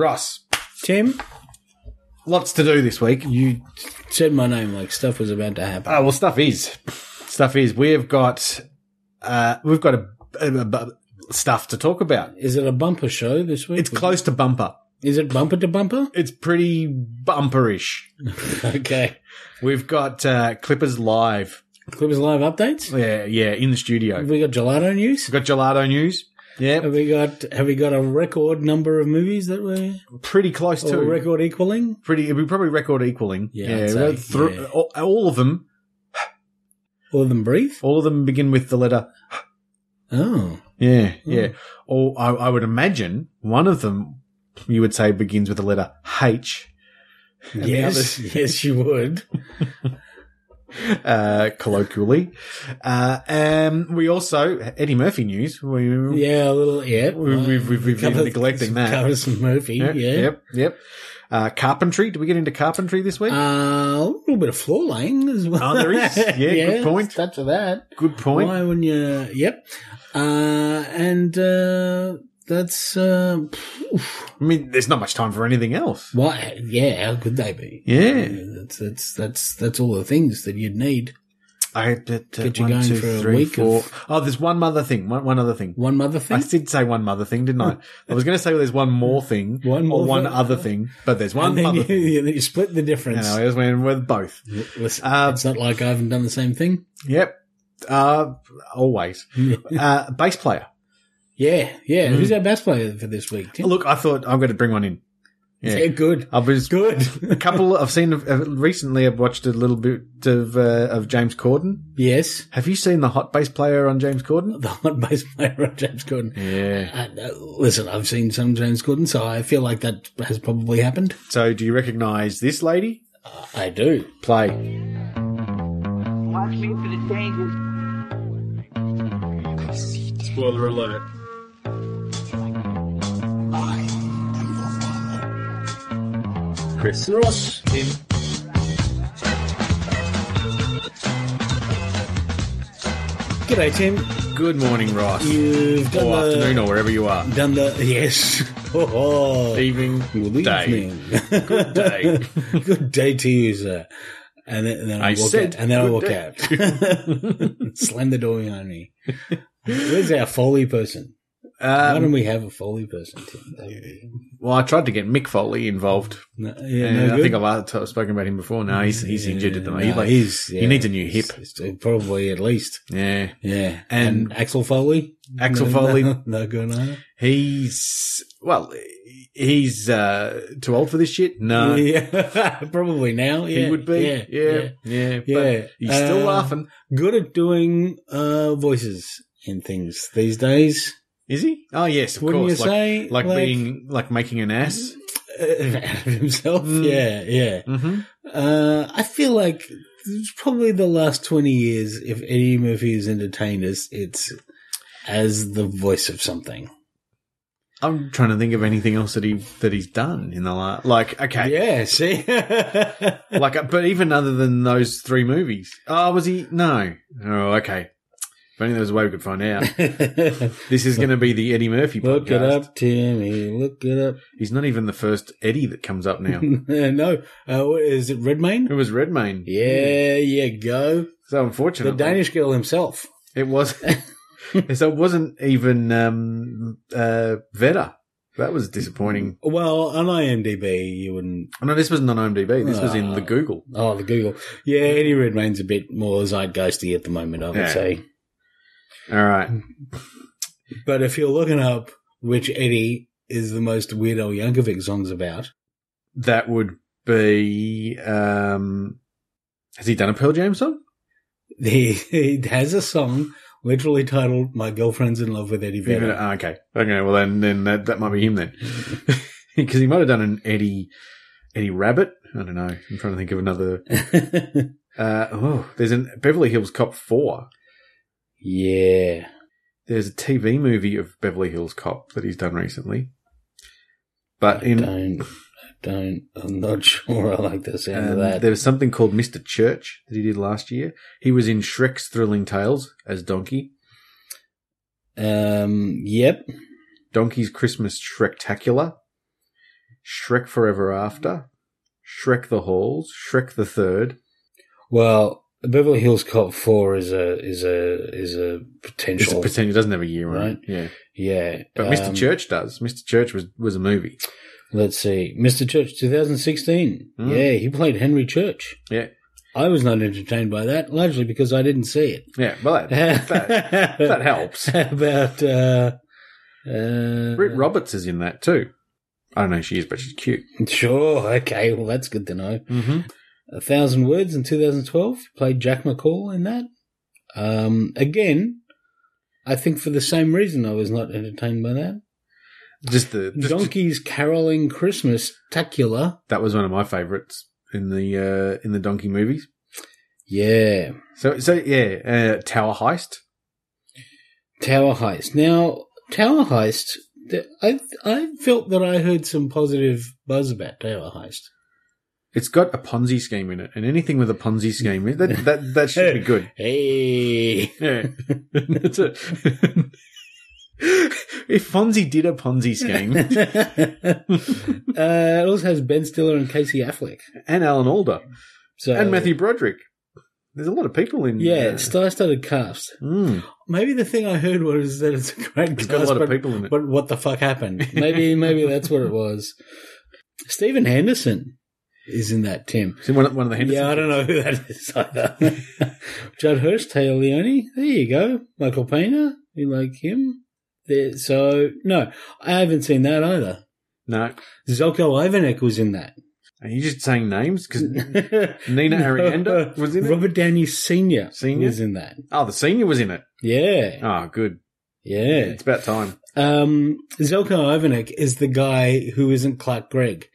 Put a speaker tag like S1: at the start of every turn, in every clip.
S1: Ross,
S2: Tim
S1: lots to do this week. You,
S2: said my name like stuff was about to happen.
S1: oh, well, stuff is, stuff is. We have got, uh, we've got a, a- a- a- stuff to talk about.
S2: Is it a bumper show this week?
S1: It's close to bumper.
S2: Is it bumper to bumper?
S1: It's pretty bumperish.
S2: Okay.
S1: We've got uh, Clippers live.
S2: Clippers live updates.
S1: Yeah, yeah, in the studio.
S2: Have
S1: We've
S2: we got gelato news?
S1: got gelato news. Yeah,
S2: Have we got have we got a record number of movies that we're
S1: pretty close
S2: or
S1: to
S2: record equaling?
S1: pretty. It'd be probably record equaling.
S2: Yeah, I'd say,
S1: we've got thr-
S2: yeah.
S1: All, all of them.
S2: All of them brief?
S1: All of them begin with the letter.
S2: Oh.
S1: Yeah, yeah. Or I, I would imagine one of them you would say begins with the letter H. And the
S2: Yes. yes, you would.
S1: other, uh, colloquially. Uh, and we also Eddie Murphy news. We,
S2: Yeah, a little yeah.
S1: we, we've we've, we've
S2: Cover-
S1: been neglecting that.
S2: Cover some Murphy, yeah.
S1: Yep. Yep. Uh, carpentry. Did we get into carpentry this week?
S2: Uh, a little bit of floor laying as well.
S1: Oh, there is. Yeah, good point.
S2: Touch of that.
S1: Good point.
S2: Why wouldn't you? Yep. Uh, and uh, that's uh, oof.
S1: I mean, there's not much time for anything else.
S2: why. Yeah, how could they be?
S1: Yeah.
S2: that's that's that's that's all the things that you'd need.
S1: I but, uh,
S2: Get you
S1: one,
S2: going
S1: two,
S2: for a
S1: three,
S2: week
S1: four.
S2: of-
S1: Oh, there's one other thing. One, one other thing.
S2: One mother
S1: I
S2: thing.
S1: did say one mother thing, didn't I? I was going to say there's one more thing,
S2: One more
S1: or one
S2: thing.
S1: other thing, but there's one
S2: and then
S1: other
S2: you,
S1: thing.
S2: you, you split the
S1: You
S2: difference.
S1: know, I just went with both.
S2: Listen,
S1: Uh,
S2: it's not like I haven't done the same thing.
S1: Yep. Uh, always. uh, bass player.
S2: Yeah, yeah. Who's our bass player for this week? Tim?
S1: Hmm. Look, I thought I'm going to bring one in.
S2: yeah.
S1: Yeah.
S2: good,
S1: I was
S2: good.
S1: a couple I've seen uh, recently. I've watched a little bit of uh, of James Corden.
S2: yes,
S1: Have you seen the hot bass player on James Corden?
S2: the hot bass player of James Corden.
S1: Yeah.
S2: Uh, no, listen, I've seen some James Corden, so I feel like that has probably happened.
S1: So, do you recognise this lady?
S2: I do.
S1: Play.
S3: Watch me for the changes.
S4: Spoiler alert. Chris and Ross. Tim.
S2: G'day, Tim.
S1: Good morning, Ross.
S2: You've done
S1: or
S2: the
S1: afternoon, or wherever you are.
S2: done the yes. Oh, oh.
S1: Evening,
S2: Good
S1: day,
S2: evening.
S1: day.
S2: good day to you, sir. And then, and then I,
S1: I
S2: walk
S1: said
S2: out. And then I
S1: good
S2: walk
S1: day.
S2: out. Slam the door behind me. Where's our Foley person? Why don't
S1: Um,
S2: we have a Foley person, Tim? That would be-
S1: well, I tried to get Mick Foley involved.
S2: No, yeah,
S1: And
S2: no
S1: I
S2: good?
S1: think I've uh, t- spoken about him before. No, he's, he's injured at the moment.
S2: No,
S1: He, like-
S2: he's,
S1: he
S2: yeah,
S1: needs a new hip.
S2: he's- he's Probably at least.
S1: Yeah.
S2: Yeah.
S1: And-
S2: And, Axel Foley?
S1: Axel
S2: No,
S1: Foley.
S2: No, no good either.
S1: He's, well, he's uh, too old for this shit? No.
S2: yeah. Probably now. Yeah.
S1: Uh, he would be. Yeah. Yeah. Yeah.
S2: Yeah.
S1: But he's still
S2: Uh,
S1: laughing.
S2: Good at doing uh, voices and things these days.
S1: Is he? Oh, yes, of
S2: Wouldn't
S1: course.
S2: you
S1: like,
S2: say?
S1: like being, like making an ass.
S2: uh, out of himself.
S1: Mm.
S2: Yeah, yeah.
S1: Mm-hmm.
S2: Uh, I feel like it's probably the last twenty years. If Eddie Murphy has entertained us, it's as the voice of something.
S1: I'm trying to think of anything else that he that he's done in the last. Like, okay,
S2: Yeah. See.
S1: like, uh, but even other than those three movies, oh, was he? No, oh, okay. If only there was a way we could find out. This is going to be the Eddie Murphy podcast.
S2: Look it up, Timmy. Look it up.
S1: He's not even the first Eddie that comes up now.
S2: no, uh, what is it Redmayne?
S1: it was Redmayne.
S2: Yeah, yeah, go.
S1: So
S2: The
S1: unfortunately,
S2: Danish girl himself.
S1: it was. so it wasn't even um, uh, Vedder. That was disappointing.
S2: Well, on IMDb, you wouldn't.
S1: Oh, no, this wasn't on IMDb. This was in
S2: Ah.
S1: the Google.
S2: Oh, the Google. Yeah, Eddie Redmayne's a bit more zeitgeisty at the moment, I would
S1: Yeah.
S2: say.
S1: All right.
S2: But if you're looking up which Eddie is the most weirdo Yankovic song's about,
S1: that would be um has he done a Pearl Jam song?
S2: he, he has a song literally titled "My Girlfriend's in Love with Eddie
S1: Even-
S2: Vedder."
S1: ah, okay. Okay, well then then that, that might be him then. Because he might have done an Eddie Eddie Rabbit. I don't know. I'm trying to think of another uh oh there's an Beverly Hills Cop four.
S2: yeah,
S1: There's a TV movie of Beverly Hills Cop that he's done recently. But in
S2: don't, don't. I'm not sure I like the sound
S1: um,
S2: of that.
S1: there was something called Mr. Church that he did last year. He was in Shrek's Thrilling Tales as Donkey.
S2: Um, yep. Um,
S1: Donkey's Christmas Shrektacular. Shrek Forever After, Shrek the Halls, Shrek the Third.
S2: Well, Beverly Hills Cop Four is a is a is a
S1: It's
S2: potential.
S1: a pretend it doesn't have a year on
S2: Right.
S1: it. Yeah,
S2: yeah,
S1: but
S2: um,
S1: Mr. Church does. Mr. Church was was a movie.
S2: Let's see, Mr. Church, 2016.
S1: Hmm.
S2: Yeah, he played Henry Church.
S1: Yeah.
S2: I was not entertained by that, largely because I didn't see it.
S1: Yeah, well that, that, that helps.
S2: How about uh, uh,
S1: Britt Roberts is in that too. I don't know who she is, but she's cute.
S2: Sure, okay, well that's good to know.
S1: Mm-hmm.
S2: A Thousand Words in 2012 played Jack McCall in that. Um, again, I think for the same reason I was not entertained by that.
S1: Just the just-
S2: Donkey's Caroling Christmas Tacula.
S1: that was one of my favorites in the uh, in the Donkey movies.
S2: Yeah.
S1: So so yeah, uh, Tower Heist.
S2: Tower Heist. Now, Tower Heist, th- I, I felt that I heard some positive buzz about Tower Heist.
S1: It's got a Ponzi scheme in it, and anything with a Ponzi scheme in- that that that should be good.
S2: Hey.
S1: Yeah, that's it. if Fonzie did a Ponzi scheme
S2: uh, it also has Ben Stiller and Casey Affleck.
S1: and Alan Alda
S2: So
S1: and Matthew Broderick, there's a lot of people in.
S2: Uh, Yeah,
S1: uh,
S2: it's star-studded cast.
S1: mm,
S2: Maybe the thing I heard was that it's a great
S1: it's
S2: cast,
S1: got a lot
S2: but,
S1: of people in it.
S2: but what the fuck happened? Maybe, maybe that's what it was. Stephen Henderson is in that, Tim.
S1: See, one, of- one of the Henderson
S2: yeah, I don't know who that is either. Judd Hurst, Taylor Leone. There you go. Michael Pena. You like him? There, so, no, I haven't seen that either.
S1: No,
S2: Zelko Ivanek was in that.
S1: are you just saying names? Because Nina Arienda was in it?
S2: Robert Downey Sr.
S1: Senior?
S2: was in that.
S1: oh, the senior was in it.
S2: Yeah.
S1: Oh, good.
S2: Yeah.
S1: It's about time.
S2: Um, Zelko Ivanek is the guy who isn't Clark Gregg.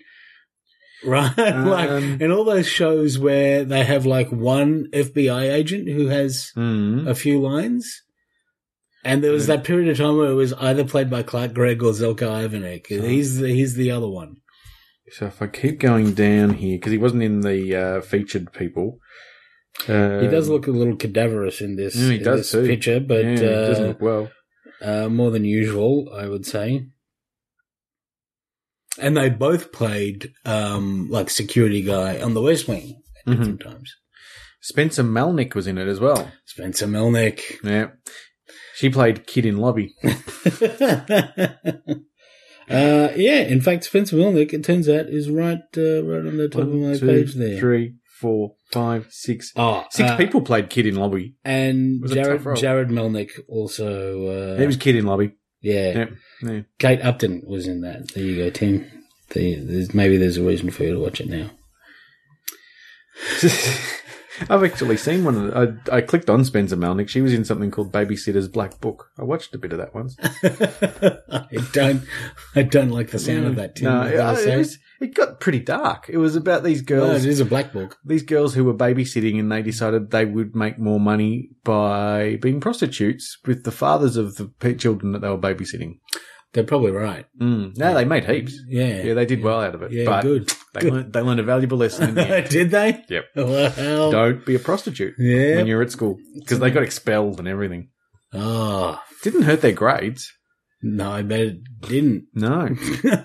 S2: Right? like,
S1: Um.
S2: in all those shows where they have like one FBI agent who has
S1: Mm.
S2: a few lines. And there was that period of time where it was either played by Clark Gregg or Zelko Ivanek. He's the, he's the other one.
S1: So if I keep going down here, because he wasn't in the uh, featured people. Uh,
S2: He does look a little cadaverous in this,
S1: Yeah, he
S2: in
S1: does
S2: this
S1: too.
S2: picture, but
S1: yeah, he doesn't
S2: uh,
S1: look well.
S2: uh, more than usual, I would say. And they both played um, like security guy on the West Wing at
S1: Mhm.
S2: different times.
S1: Spencer Melnick was in it as well.
S2: Spencer Melnick.
S1: Yeah. She played Kid in Lobby.
S2: uh, yeah, in fact, Spencer Melnick, it turns out, is right uh, right on the top of my
S1: One, two,
S2: page there.
S1: three, four, five, six.
S2: Oh,
S1: Six
S2: uh,
S1: people played Kid in Lobby.
S2: And
S1: Was a
S2: Jared,
S1: tough role.
S2: Jared Melnick also. Uh,
S1: it was Kid in Lobby.
S2: yeah.
S1: Yeah. yeah.
S2: Kate Upton was in that. There you go, Tim. There, there's, maybe there's a reason for you to watch it now.
S1: I've actually seen one of the, I, I clicked on Spencer Melnick. She was in something called Babysitter's Black Book. I watched a bit of that once.
S2: I don't. I don't like the sound of that. Tim,
S1: No,
S2: I
S1: it,
S2: gotta say.
S1: it was- it got pretty dark. It was about these
S2: Oh,
S1: girls
S2: it is a black book.
S1: these girls who were babysitting and they decided they would make more money by being prostitutes with the fathers of the pe- children that they were babysitting.
S2: They're probably right.
S1: Mm. No, they made heaps.
S2: Yeah.
S1: Yeah, they did well out of it.
S2: Yeah,
S1: but
S2: good.
S1: They, learned, they learned a valuable lesson in the end.
S2: Did they?
S1: Yep.
S2: Well,
S1: Don't be a prostitute when
S2: yeah.
S1: you're at school because they got expelled and everything.
S2: Oh
S1: Didn't hurt their grades.
S2: no, I bet it didn't.
S1: No.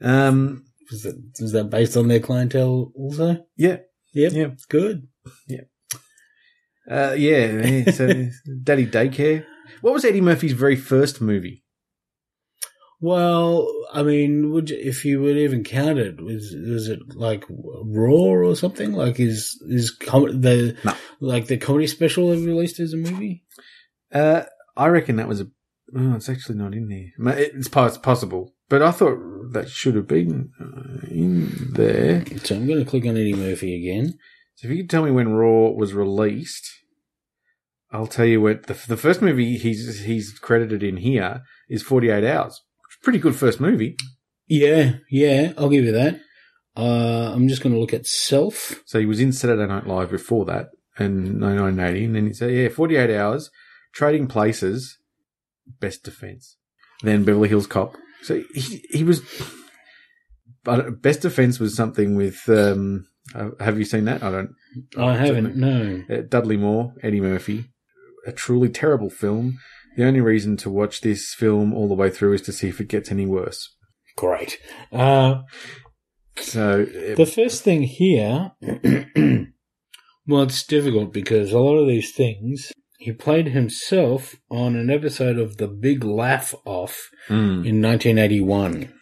S1: um.
S2: Was that, was that based on their clientele also?
S1: Yeah.
S2: Yep.
S1: Yeah.
S2: Good.
S1: Uh, yeah. yeah, So, Daddy Daycare. What was Eddie Murphy's very first movie?
S2: Well, I mean, would you, if you would even count it, was was it like Raw or something? Like is is com- the
S1: No.
S2: like the comedy special they released as a movie?
S1: Uh, I reckon that was a. Oh, it's actually not in there. Ma- It's pos- possible, but I thought that should have been uh, in there.
S2: So I'm going to click on Eddie Murphy again.
S1: So if you could tell me when Raw was released, I'll tell you what the, the first movie he's he's credited in here is Forty Eight Hours. It's a Pretty good first movie.
S2: Yeah, yeah, I'll give you that. Uh, I'm just going to look at Self.
S1: So he was in Saturday Night Live before that, in 1980, and then he said, "Yeah, Forty Eight Hours, Trading Places, Best Defense, then Beverly Hills Cop." So he he was, but Best Defense was something with. Um, uh, have you seen that? I don't.
S2: I haven't. No.
S1: Uh, Dudley Moore, Eddie Murphy, a truly terrible film. The only reason to watch this film all the way through is to see if it gets any worse.
S2: Great. Uh,
S1: So,
S2: the first thing here, well, it's difficult because a lot of these things he played himself on an episode of The Big Laugh Off
S1: mm,
S2: in 1981.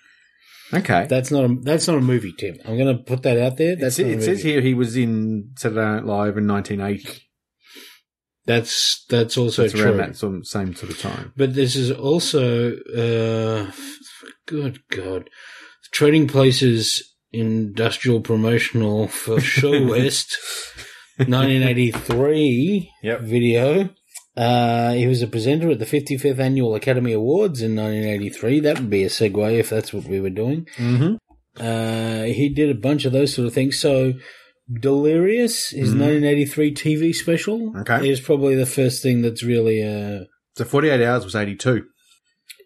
S1: okay.
S2: That's not a that's not a movie, Tim. I'm going to put that out there. That's
S1: It's-
S2: not a
S1: it says
S2: movie.
S1: here he was in Saturday Night Live in 1980.
S2: That's that's also
S1: That's
S2: true.
S1: around that sort of- same sort of time.
S2: But this is also, uh, good God, Trading Places Industrial Promotional for Show West, 1983
S1: Yep.
S2: video. Uh, he was a presenter at the 55th Annual Academy Awards in 1983. That would be a segue if that's what we were doing.
S1: Mm-hmm.
S2: Uh, he did a bunch of those sort of things. So, Delirious, his
S1: Mhm.
S2: 1983 TV special,
S1: Okay.
S2: is probably the first thing that's really, uh,
S1: So 48 Hours was 82.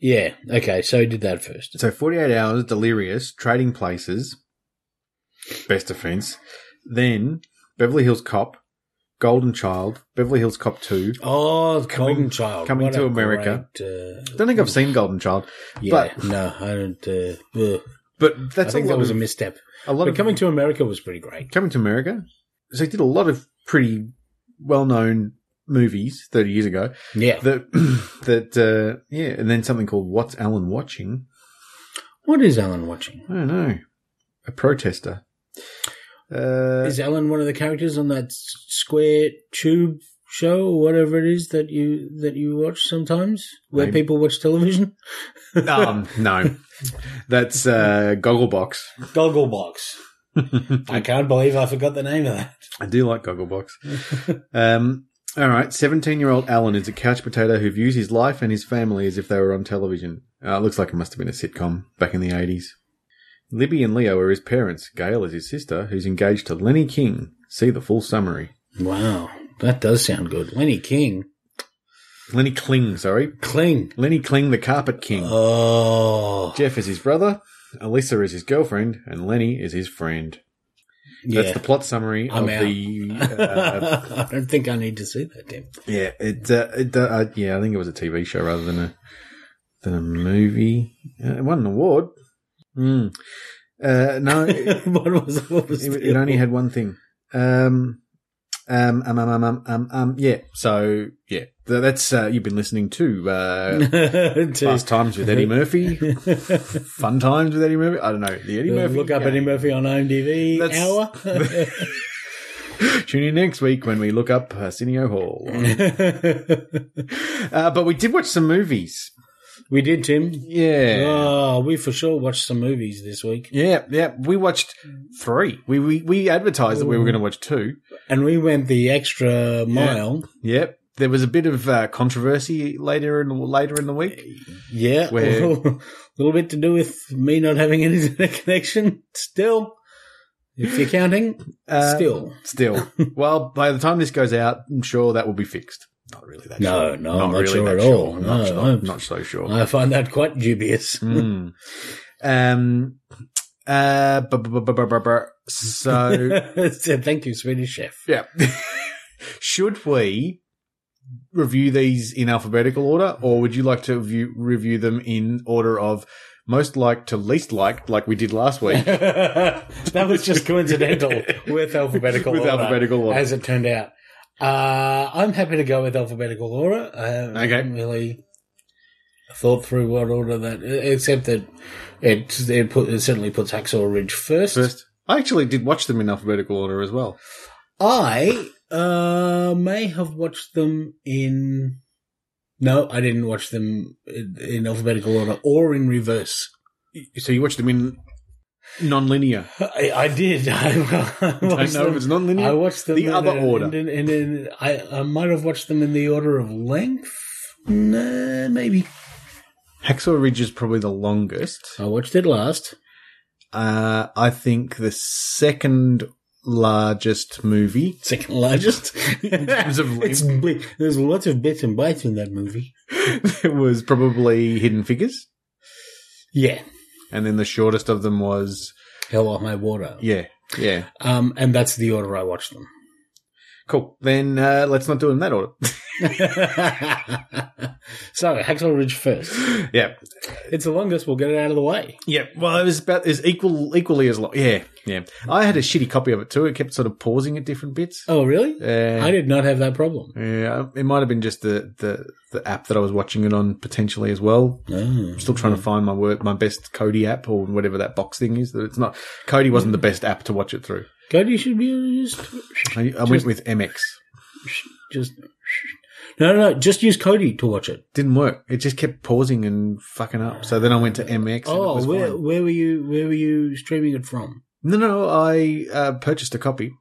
S2: yeah, okay, so he did that first.
S1: So 48 Hours, Delirious, Trading Places, Best Offense, then Beverly Hills Cop, Golden Child, Beverly Hills Cop 2.
S2: Oh,
S1: Coming-
S2: Golden Child.
S1: Coming
S2: What
S1: to
S2: a
S1: America.
S2: great, uh,
S1: I don't think I've seen Golden Child,
S2: yeah,
S1: but-
S2: no, I don't. Uh, ugh.
S1: but
S2: I
S1: that's
S2: think
S1: a lot
S2: that was
S1: of,
S2: a misstep.
S1: a lot
S2: But
S1: of
S2: Coming to America was pretty great.
S1: coming to America. So he did a lot of pretty well-known movies 30 years ago.
S2: Yeah.
S1: That that uh, yeah, and then something called "What's Alan Watching?"
S2: What is Alan watching?
S1: I don't know. A protester. Uh,
S2: Is Alan one of the characters on that s- square tube show or whatever it is that you that you watch sometimes where
S1: Maybe.
S2: people watch television?
S1: um, no, that's uh, Gogglebox.
S2: Gogglebox. I can't believe I forgot the name of that.
S1: I do like Gogglebox. Um, all right, seventeen-year-old Alan is a couch potato who views his life and his family as if they were on television. Uh, it looks like it must have been a sitcom back in the eighties. Libby and Leo are his parents. Gail is his sister, who's engaged to Lenny King. See the full summary.
S2: Wow, that does sound good. Lenny King,
S1: Lenny Kling, sorry.
S2: Kling.
S1: Lenny Kling, the Carpet King.
S2: Oh,
S1: Jeff is his brother, Alyssa is his girlfriend, and Lenny is his friend.
S2: yeah.
S1: That's the plot summary
S2: I'm
S1: of
S2: out.
S1: the. Uh,
S2: I don't think I need to see that, Tim.
S1: yeah, it. Uh, it uh, uh, yeah, I think it was a TV show rather than a than a movie. Uh, it won an award. Mm. Uh, no, it,
S2: what was, what was
S1: it-
S2: the-
S1: it only had one thing. Um, um, um, um, um, um, um, um, yeah. So yeah, Th- that's uh, you've been listening to uh, Fast
S2: to,
S1: Times with Eddie Murphy, Fun Times with Eddie Murphy. I don't know the Eddie Murphy.
S2: look up
S1: yeah.
S2: Eddie Murphy on IMDb
S1: That's-
S2: hour.
S1: Tune in next week when we look up Arsenio Hall. uh, but we did watch some movies.
S2: we did, Tim.
S1: Yeah.
S2: Oh, we for sure watched some movies this week,
S1: Yeah, yeah. We watched three. We we, we advertised that we were going to watch two.
S2: and we went the extra mile.
S1: Yep. There was a bit of uh, controversy later in later in the week.
S2: Yeah,
S1: Where-
S2: a little, little bit to do with me not having an internet connection. Still, if you're counting,
S1: Uh,
S2: still.
S1: still. well, by the time this goes out, I'm sure that will be fixed. Not really that.
S2: No,
S1: sure.
S2: no, I'm not sure
S1: that
S2: at all.
S1: sure. Not,
S2: No,
S1: not-
S2: I'm-
S1: not so sure.
S2: I find that quite dubious.
S1: Mm. Um. Uh. bu- bu- bu- bu- bu- bu- bu- So.
S2: So Thank you, Swedish chef.
S1: Yeah. Should we review these in alphabetical order, or would you like to view, review them in order of most liked to least liked, like we did last week?
S2: that was just coincidental with alphabetical
S1: With
S2: order,
S1: alphabetical order.
S2: as it turned out. Uh, I'm happy to go with alphabetical order. I haven't
S1: Okay.
S2: really thought through what order that, except that it it, put, it certainly puts Hacksaw Ridge first.
S1: First, I actually did watch them in alphabetical order as well.
S2: I uh, may have watched them in. No, I didn't watch them in, in alphabetical order or in reverse.
S1: So you watched them in non-linear.
S2: I, I did. I,
S1: I
S2: watched
S1: know
S2: them.
S1: if it's non-linear.
S2: I watched them
S1: The
S2: in
S1: other
S2: a-
S1: order.
S2: In, in, in, in- I, I might have watched them in the order of length. Nah, maybe
S1: Hacksaw Ridge is probably the longest.
S2: I watched it last.
S1: Uh, I think the second largest movie.
S2: Second largest.
S1: terms of
S2: it's bli- there's lots of bits and bytes in that movie.
S1: was probably Hidden Figures,
S2: Yeah,
S1: and then the shortest of them was
S2: hell off my water.
S1: yeah, yeah.
S2: Um, and that's the order I watched them.
S1: Cool. Then uh, let's not do it in that order.
S2: so Hacksaw Ridge first.
S1: Yep.
S2: It's the longest. We'll get it out of the way.
S1: Yep. Well, it was about is equal equally as long. Yeah. Yeah. I had a shitty copy of it too. It kept sort of pausing at different bits.
S2: Oh, really?
S1: Uh,
S2: I did not have that problem.
S1: Yeah, it might have been just the, the, the app that I was watching it on potentially as well.
S2: Oh.
S1: I'm still trying to find my work, my best Cody app or whatever that box thing is. That it's not Cody wasn't the best app to watch it through.
S2: Cody should be just,
S1: I, I went
S2: Just-
S1: with MX.
S2: just. No, no, no. Just use Cody to watch it.
S1: Didn't work. It just kept pausing and fucking up. So then I went to MX. And it
S2: Oh,
S1: was
S2: where
S1: fine.
S2: where were you? Where were you streaming it from?
S1: No, no, I uh, purchased a copy.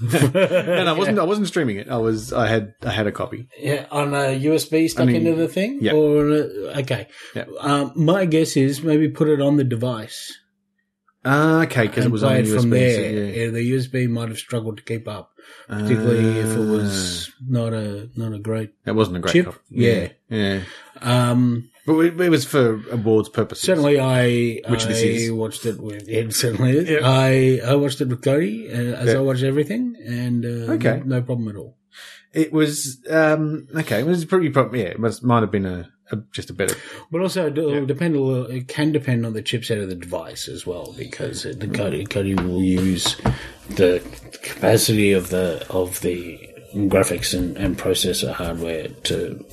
S1: And I wasn't. I wasn't streaming it. I was. I had. I had a copy.
S2: Yeah, on a USB stuck
S1: I mean,
S2: into the thing,
S1: yeah.
S2: or uh, okay.
S1: Yeah.
S2: Um, my guess is maybe put it on the device
S1: Ah, okay, because it
S2: and
S1: was on
S2: play
S1: USB.
S2: it from there.
S1: so yeah.
S2: Yeah, the USB might have struggled to keep up, particularly if it was not a not a great.
S1: Ah, It Ah, wasn't a great
S2: chip?
S1: copy. yeah.
S2: Um,
S1: But it, it was for awards purposes.
S2: certainly, I
S1: Which
S2: I
S1: this is.
S2: watched it with it certainly is.
S1: Yeah.
S2: I I watched it with Cody uh, as
S1: Yeah.
S2: I watched everything, and uh,
S1: Okay.
S2: no, no problem at all.
S1: It was um okay. It was probably, probably yeah. It must, might have been a, a just a better.
S2: But also, it will
S1: Yeah.
S2: depend. a little- It can depend on the chipset of the device as well, because the Cody Cody will use the capacity of the of the graphics and, and processor hardware to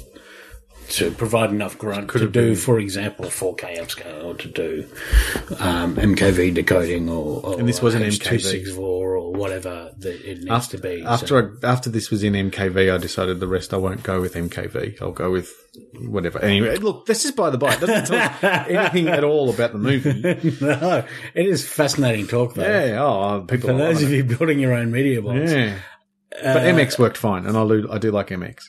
S2: to provide enough grunt to do, for example, 4K upscale, or to do um, MKV decoding, or, or
S1: And this wasn't
S2: H.264 or whatever that it needs
S1: After
S2: to be. So-
S1: after I, after this was in MKV, I decided the rest I won't go with MKV. I'll go with whatever. Anyway, look, this is by the by. It doesn't tell us anything at all about the movie.
S2: no, it is fascinating talk though.
S1: Yeah. Oh, people.
S2: For
S1: are
S2: those of
S1: lying.
S2: you building your own media box,
S1: yeah. But
S2: Uh,
S1: MX worked fine, and I do, I do like MX.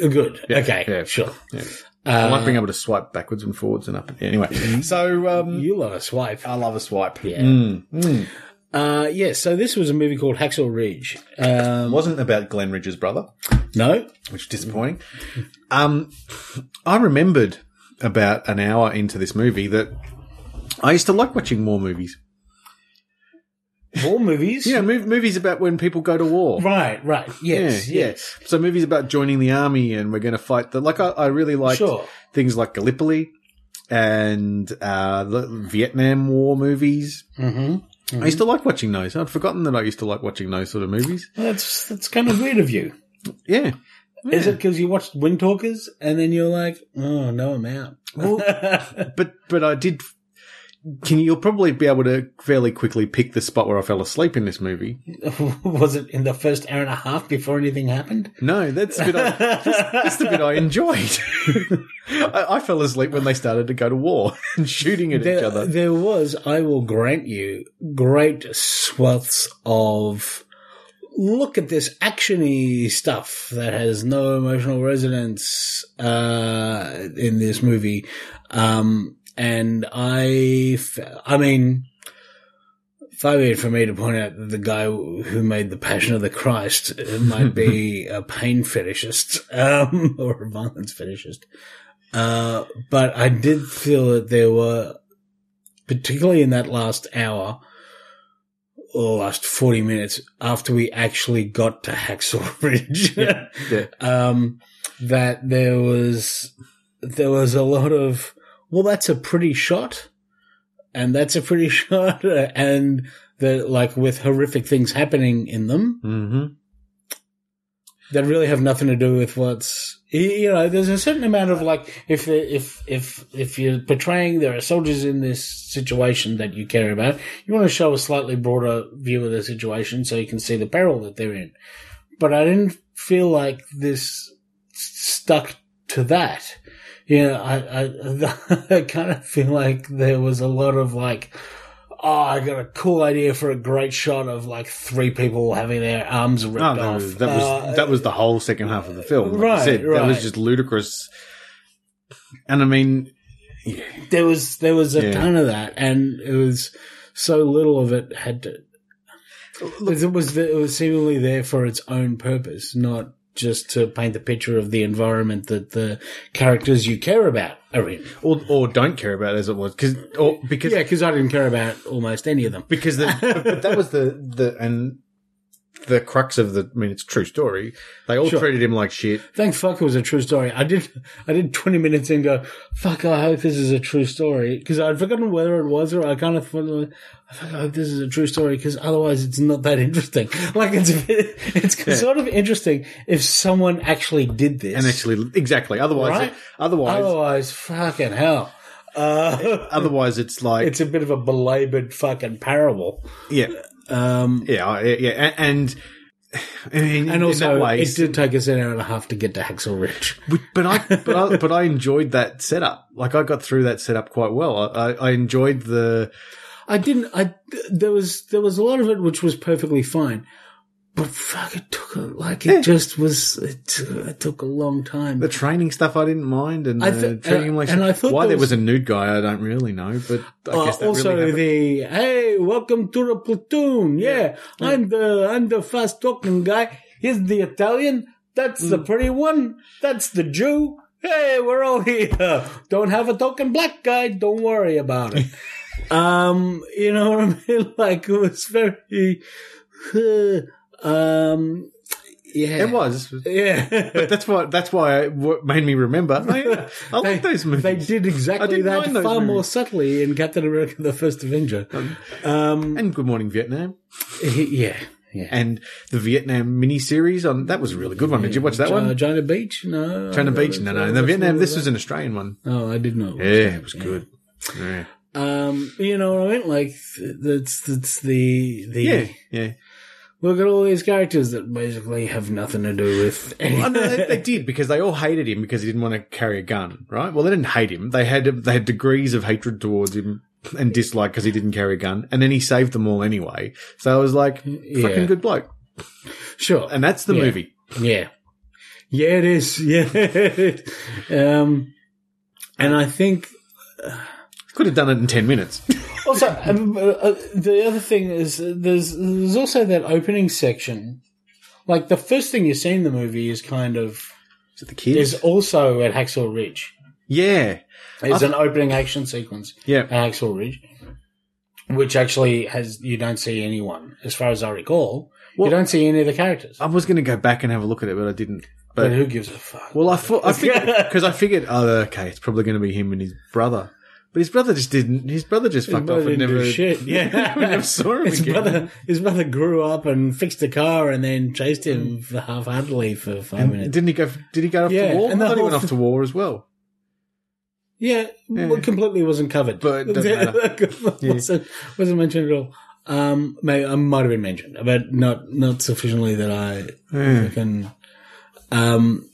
S2: Good.
S1: Yeah,
S2: okay.
S1: yeah,
S2: Sure.
S1: yeah. I
S2: Uh,
S1: like being able to swipe backwards and forwards and up. Anyway, so um,
S2: you love a swipe.
S1: I love a swipe.
S2: Yeah.
S1: Mm, mm.
S2: Uh, yeah. So this was a movie called Hacksaw Ridge.
S1: It
S2: Um,
S1: wasn't about Glenn Ridge's brother.
S2: no.
S1: which is disappointing. Um, I remembered about an hour into this movie that I used to like watching war movies.
S2: War movies.
S1: You know, mov- movies about when people go to war.
S2: Right. Right. Yes.
S1: Yeah, yeah.
S2: yes.
S1: So movies about joining the army and we're going to fight. The, like I, I really liked
S2: Sure.
S1: things like Gallipoli and uh, the Vietnam War movies.
S2: Mm-hmm.
S1: I used to like watching those. I'd forgotten that I used to like watching those sort of movies.
S2: That's that's kind of weird of you.
S1: Yeah.
S2: Is it because you watched Wind Talkers and then you're like, oh no, I'm out.
S1: Well, but but I did. Can you'll probably be able to fairly quickly pick the spot where I fell asleep in this movie.
S2: was it in the first hour and a half before anything happened?
S1: No, that's the bit I, that's, that's the bit I enjoyed. I, I fell asleep when they started to go to war and shooting at each
S2: there,
S1: other.
S2: there was, I will grant you, great swaths of look at this actiony stuff that has no emotional resonance uh, in this movie. Um, and I, f- I mean, far be it for me to point out that the guy who made the Passion of the Christ uh, might be a pain fetishist um, or a violence fetishist. Uh, but I did feel that there were, particularly in that last hour or last 40 minutes after we actually got to Hacksaw Ridge,
S1: Yeah, yeah.
S2: um, that there was, there was a lot of, well, that's a pretty shot. And that's a pretty shot. And the, like with horrific things happening in them
S1: hmm
S2: that really have nothing to do with what's you know there's a certain amount of like if if if if you're portraying there are soldiers in this situation that you care about you want to show a slightly broader view of the situation so you can see the peril that they're in but i didn't feel like this s- stuck to that you know i i, I kind of feel like there was a lot of like Oh, I got a cool idea for a great shot of like three people having their arms ripped
S1: Oh, No,
S2: off.
S1: no, that was
S2: Uh,
S1: that was the whole second half of the film. Like
S2: Right,
S1: I said, That
S2: right.
S1: was just ludicrous. And I mean,
S2: there was there was a
S1: Yeah.
S2: ton of that, and it was so little of it had to. it was it was seemingly there for its own purpose, not just to paint the picture of the environment that the characters you care about are in.
S1: or or don't care about it as it was because or because
S2: Yeah, because I didn't care about almost any of them.
S1: because the, but that was the the and the crux of the. I mean, it's a true story. They all
S2: Sure.
S1: treated him like shit.
S2: Thank fuck it was a true story. I did, I did 20 minutes and go, fuck, I hope this is a true story. Cause I'd forgotten whether it was or I kind of thought, I fuck, I hope this is a true story because otherwise it's not that interesting. Like it's, it's
S1: Yeah.
S2: sort of interesting if someone actually did this.
S1: And actually, exactly. Otherwise,
S2: Right. Oh.
S1: otherwise,
S2: otherwise, fucking hell. Uh,
S1: otherwise, it's like
S2: it's a bit of a belabored fucking parable.
S1: yeah,
S2: Um,
S1: yeah, I- yeah, a- and. I mean, in
S2: and also,
S1: that way,
S2: it did take us an hour and a half to get to Haxel Ridge.
S1: We- but I but I, but I enjoyed that setup. Like I got through that setup quite well. I, I, I enjoyed the
S2: I didn't. I there was there was a lot of it which was perfectly fine, but fuck, it took a, like it
S1: Yeah.
S2: just was. It, t- it took a long time.
S1: the training stuff. I didn't mind, and
S2: I
S1: uh,
S2: th-
S1: treating him like
S2: and I thought
S1: why
S2: there
S1: there was
S2: was-
S1: a nude guy. I don't really know, but I
S2: Uh,
S1: guess that
S2: also,
S1: really happened.
S2: the hey, welcome to the platoon. Yeah, I'm the I'm the fast talking guy. He's the Italian. That's
S1: Mm.
S2: the pretty one. That's the Jew. Hey, we're all here. Don't have a token black guy. Don't worry about it. um, you know what I mean? Like it was very, um, yeah,
S1: it was.
S2: yeah.
S1: But that's why that's why it what made me remember. Oh, yeah, I like those movies.
S2: They did exactly
S1: didn't
S2: that
S1: mind
S2: far
S1: those
S2: more
S1: movies.
S2: subtly in Captain America: The First Avenger. Um,
S1: And Good Morning Vietnam
S2: yeah, yeah.
S1: and the Vietnam miniseries on that was a really good one. Did you watch that
S2: Uh,
S1: one?
S2: China Beach? No.
S1: China
S2: I-
S1: Beach?
S2: I-
S1: No,
S2: I
S1: no. The
S2: watched
S1: Vietnam.
S2: all
S1: This
S2: of
S1: was an Australian one.
S2: that. Oh, I did not. watch
S1: Yeah,
S2: that.
S1: it was good. Yeah,
S2: Um, you know what I mean? Like th- that's that's the the
S1: yeah, yeah.
S2: look at all these characters that basically have nothing to do with.
S1: Oh, no, they, they
S2: anything.
S1: did because they all hated him because he didn't want to carry a gun, right? Well, they didn't hate him. They had they had degrees of hatred towards him and dislike because he didn't carry a gun, and then he saved them all anyway. So I was like,
S2: Yeah.
S1: fucking good bloke,
S2: sure.
S1: and that's the
S2: Yeah.
S1: movie.
S2: Yeah. Yeah, it is. Yeah. um, and I think
S1: Could have done it in ten minutes.
S2: also um, uh, uh, the other thing is uh, there's there's also that opening section. Like the first thing you see in the movie is kind of
S1: Is it the kids?
S2: There's also at Hacksaw Ridge.
S1: yeah,
S2: There's
S1: I-
S2: an opening action sequence at
S1: yeah,
S2: Hacksaw Ridge, which actually has you don't see anyone, as far as I recall.
S1: Well-
S2: you don't see any of the characters.
S1: I was going to go back and have a look at it, but I didn't.
S2: but,
S1: But
S2: who gives a fuck?
S1: well, I thought I because I figured, oh, okay, it's probably going to be him and his brother. But his brother just didn't. His brother just fucked
S2: brother
S1: off and
S2: didn't do
S1: never
S2: shit. Yeah.
S1: we never saw him
S2: his
S1: again.
S2: brother, his brother grew up and fixed a car, and then chased him half heartedly for five minutes.
S1: Didn't he go? Mm. Did he go off
S2: Yeah,
S1: to war? I
S2: and the
S1: thought he
S2: whole
S1: went off to war as well.
S2: yeah, well, completely wasn't covered,
S1: But it doesn't
S2: wasn't, wasn't mentioned at all. Um, may, uh, might have been mentioned, but not not sufficiently that I
S1: Mm.
S2: can. Um,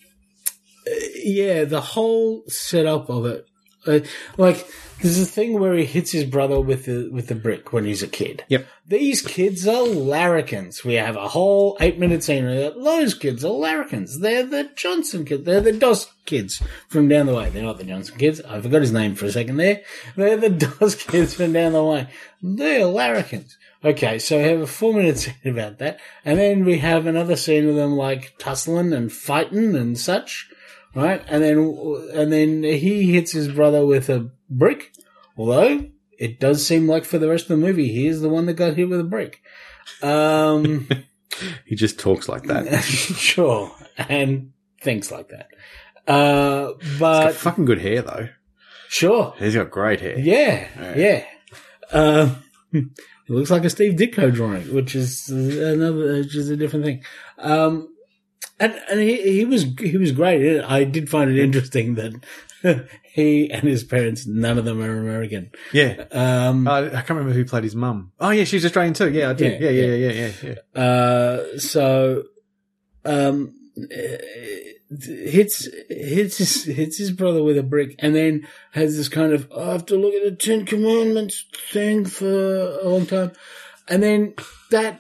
S2: uh, yeah, the whole setup of it, uh, like there's a thing where he hits his brother with the with the brick when he's a kid.
S1: Yep.
S2: These kids are larrikins. We have a whole eight minute scene where they're, those kids are larrikins. They're the Johnson kids. They're the Dos kids from down the way. They're not the Johnson kids. I forgot his name for a second there. They're the Dos kids from down the way. They're larrikins. Okay, so we have a four minute scene about that. And then we have another scene of them like tussling and fighting and such. Right? And then, and then he hits his brother with a brick. Although it does seem like for the rest of the movie, he is the one that got hit with a brick. Um,
S1: He just talks like that. He's
S2: sure, and things like that. Uh, but
S1: got fucking good hair though.
S2: sure,
S1: He's got great hair.
S2: yeah, yeah. Um, it looks like a Steve Ditko drawing, which is another, which is a different thing. Um, and and he, he was he was great. I did find it interesting that he and his parents, none of them are American.
S1: Yeah. Uh,
S2: Um,
S1: I, I can't remember who played his mum. Oh yeah, she's Australian too. Yeah, I do. Yeah,
S2: Yeah,
S1: yeah, yeah, yeah, yeah. yeah,
S2: Uh, so, um, eh, hits hits his, hits his brother with a brick, and then has this kind of I have to look at the Ten Commandments thing for a long time, and then that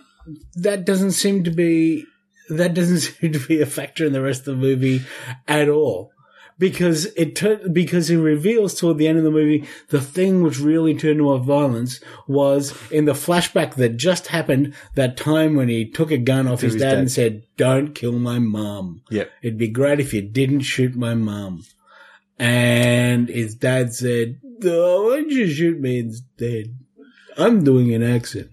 S2: that doesn't seem to be that doesn't seem to be a factor in the rest of the movie at all. Because it tur- because he reveals toward the end of the movie the thing which really turned him off violence was in the flashback that just happened that time when he took a gun off his,
S1: his
S2: dad,
S1: dad.
S2: and said, "Don't kill my mom.
S1: Yep.
S2: It'd be great if you didn't shoot my mom." And his dad said, "Oh, why'd you shoot me instead? I'm doing an accent."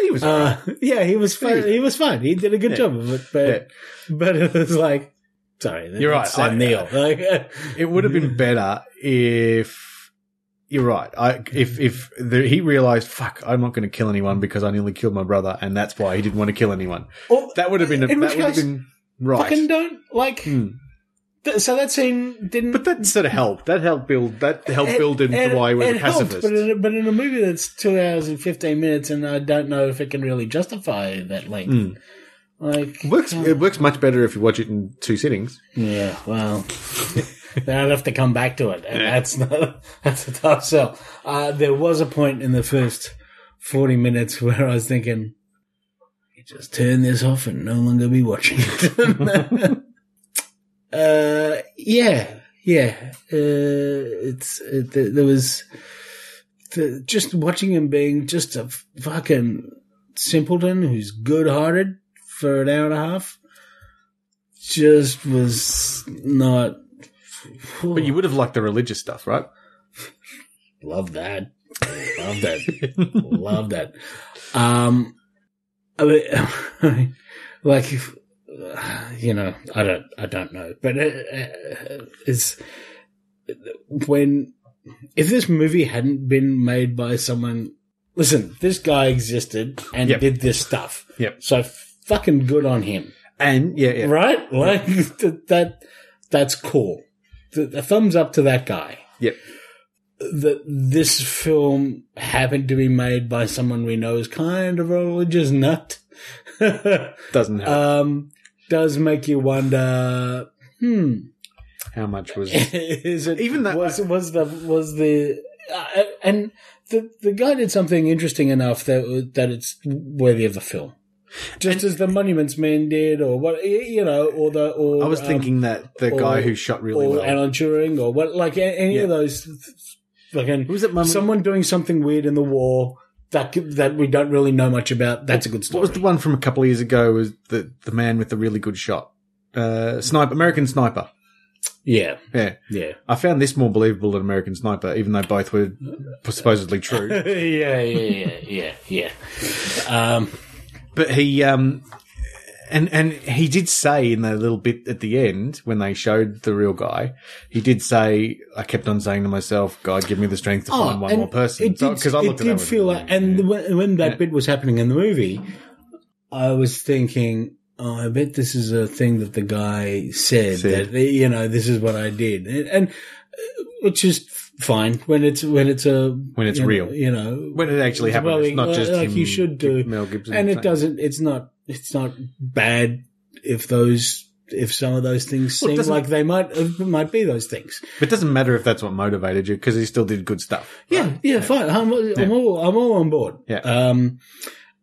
S1: He was alright.
S2: Uh, yeah, he was fun. He was fun. He did a good
S1: Yeah.
S2: job of it, but but it was like, sorry,
S1: You're right.
S2: Sam
S1: I- uh,
S2: Neil. Like, uh,
S1: It would have been better if you're right. I if if the, he realized, fuck, I'm not going to kill anyone because I nearly killed my brother, and that's why he didn't want to kill anyone.
S2: Or-
S1: Oh, That would have been a, that
S2: In
S1: would
S2: which
S1: have
S2: case,
S1: been right.
S2: fucking don't like.
S1: Hmm.
S2: Th- so that scene didn't.
S1: But that sort of helped. That helped build. That helped
S2: It-
S1: build into
S2: it-
S1: why he was
S2: it
S1: a
S2: helped,
S1: pacifist.
S2: but, in a, but in a movie that's two hours and fifteen minutes, and I don't know if it can really justify that length.
S1: Hmm.
S2: Like
S1: works.
S2: yeah.
S1: It works much better if you watch it in two sittings.
S2: Yeah, well, then I'd have to come back to it, and that's not, that's a tough sell. Uh, there was a point in the first forty minutes where I was thinking, you just turn this off and no longer be watching it. uh, yeah, yeah, uh, it's it, th- there was the, just watching him being just a fucking simpleton who's good-hearted for an hour and a half just was not.
S1: But you would have liked the religious stuff, right?
S2: love that. Love that. love that. Um, I mean, like, if- uh, you know, I don't, I don't know, but it, uh, it's when if this movie hadn't been made by someone. Listen, this guy existed and
S1: Yep.
S2: did this stuff.
S1: Yep.
S2: So fucking good on him.
S1: And yeah, yeah.
S2: right? Like th- that. That's cool. Th- A thumbs up to that guy.
S1: Yep.
S2: That this film happened to be made by someone we know is kind of a religious nut.
S1: doesn't help.
S2: um, does make you wonder. Hmm.
S1: How much was
S2: is it
S1: Even that-
S2: was was the was the uh, and the the guy did something interesting enough that that it's worthy of a film. Just as the Monuments Men did, or what you know, or the or
S1: I was
S2: um,
S1: thinking that the
S2: or-
S1: guy who shot really
S2: or
S1: well.
S2: Alan Turing, or what, like a- any
S1: Yeah.
S2: of those. th- th-
S1: who
S2: Fucking
S1: was that? Mum?
S2: someone doing something weird in the war that c- that we don't really know much about. That's a good
S1: What
S2: story.
S1: was the one from a couple of years ago? Was the the man with the really good shot? Uh, sniper, American Sniper.
S2: yeah,
S1: Yeah,
S2: yeah,
S1: I found this more believable than American Sniper, even though both were supposedly true.
S2: yeah, yeah, yeah, yeah, yeah. Um,
S1: But he, um, and and he did say in the little bit at the end when they showed the real guy, he did say, "I kept on saying to myself, God, give me the strength to find one
S2: Oh, and
S1: more person."
S2: It did,
S1: because I
S2: it
S1: looked at that one
S2: did feel like, and
S1: yeah.
S2: when, when that
S1: Yeah.
S2: bit was happening in the movie, I was thinking, oh, I bet this is a thing that the guy said,
S1: Said.
S2: that eh, you know this is what I did, and, and uh, which is fine when it's when it's a
S1: When it's
S2: you know-
S1: real.
S2: you know,
S1: when it actually happened,
S2: well,
S1: it's not
S2: like-
S1: just
S2: like
S1: him,
S2: you should do.
S1: Mel Gibson,
S2: and it
S1: saying-
S2: doesn't. It's not. It's not bad if those. If some of those things
S1: Well, it
S2: seem
S1: doesn't-
S2: like they might it might be those things,
S1: But it doesn't matter if that's what motivated you because he still did good stuff.
S2: Yeah, yeah, fine. I'm, I'm
S1: Yeah.
S2: all I'm all on board.
S1: Yeah.
S2: Um,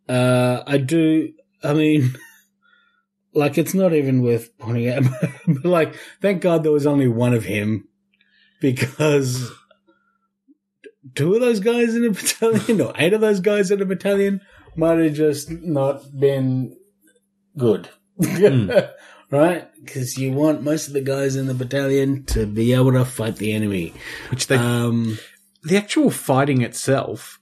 S2: uh, I do. I mean, like it's not even worth pointing out. But like, thank God there was only one of him because two of those guys in a battalion or eight of those guys in a battalion might have just not been good.
S1: Hmm.
S2: Right? Because you want most of the guys in the battalion to be able to fight the enemy.
S1: Which they,
S2: Um,
S1: the actual fighting itself,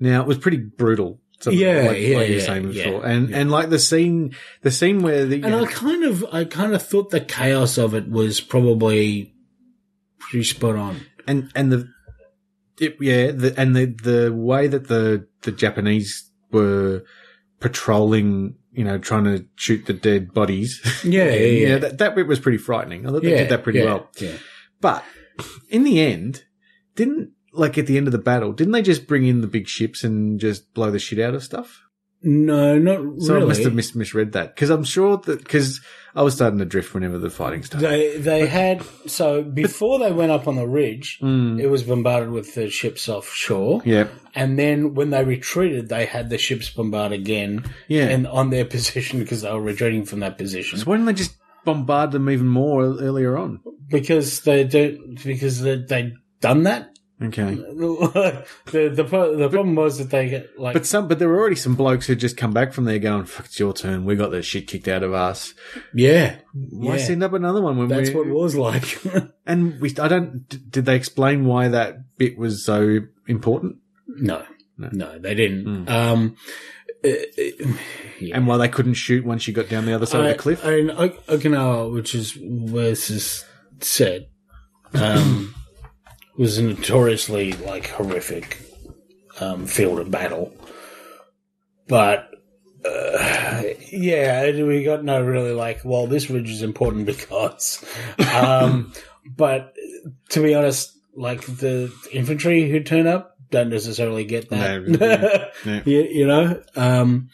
S1: now it was pretty brutal. Some-
S2: Yeah, yeah,
S1: you were
S2: yeah,
S1: saying
S2: yeah,
S1: before. and and like the scene, the scene where the
S2: And I kind of, I kind of thought the chaos of it was probably pretty spot on.
S1: and and the it, yeah the, and the the way that the the Japanese were patrolling you know trying to shoot the dead bodies
S2: Yeah, yeah, yeah.
S1: that, that bit was pretty frightening I thought they
S2: yeah,
S1: did that pretty
S2: yeah,
S1: well
S2: Yeah.
S1: but in the end didn't like at the end of the battle didn't they just bring in the big ships and just blow the shit out of stuff
S2: No, not
S1: so
S2: really.
S1: I must have mis- misread that because I'm sure that because I was starting to drift whenever the fighting started
S2: They they had so before they went up on the ridge, it was bombarded with the ships offshore,
S1: Mm. yeah
S2: and then when they retreated, they had the ships bombard again,
S1: Yeah.
S2: and on their position because they were retreating from that position.
S1: so why didn't they just bombard them even more e-, earlier on
S2: because they don't because they they done that.
S1: okay
S2: the the pro- the problem was that they get like
S1: But some, but there were already some blokes who'd just come back from there going, "Fuck, it's your turn. We got the shit kicked out of us.
S2: yeah
S1: Why
S2: Yeah.
S1: send up another one when
S2: That's
S1: we?"
S2: what it was like.
S1: and we, I don't. d- Did they explain why that bit was so important?
S2: no, Hmm.
S1: No.
S2: no, they didn't. Um,
S1: and why they couldn't shoot once you got down the other side of the cliff.
S2: I, in Ok- Okinawa, which is where this is set, um, was a notoriously like horrific um, field of battle. But uh, yeah, and we got no really like. Well, this ridge is important because, um, but to be honest, like the infantry who turn up don't necessarily get that.
S1: No, yeah, yeah.
S2: You, you know, um,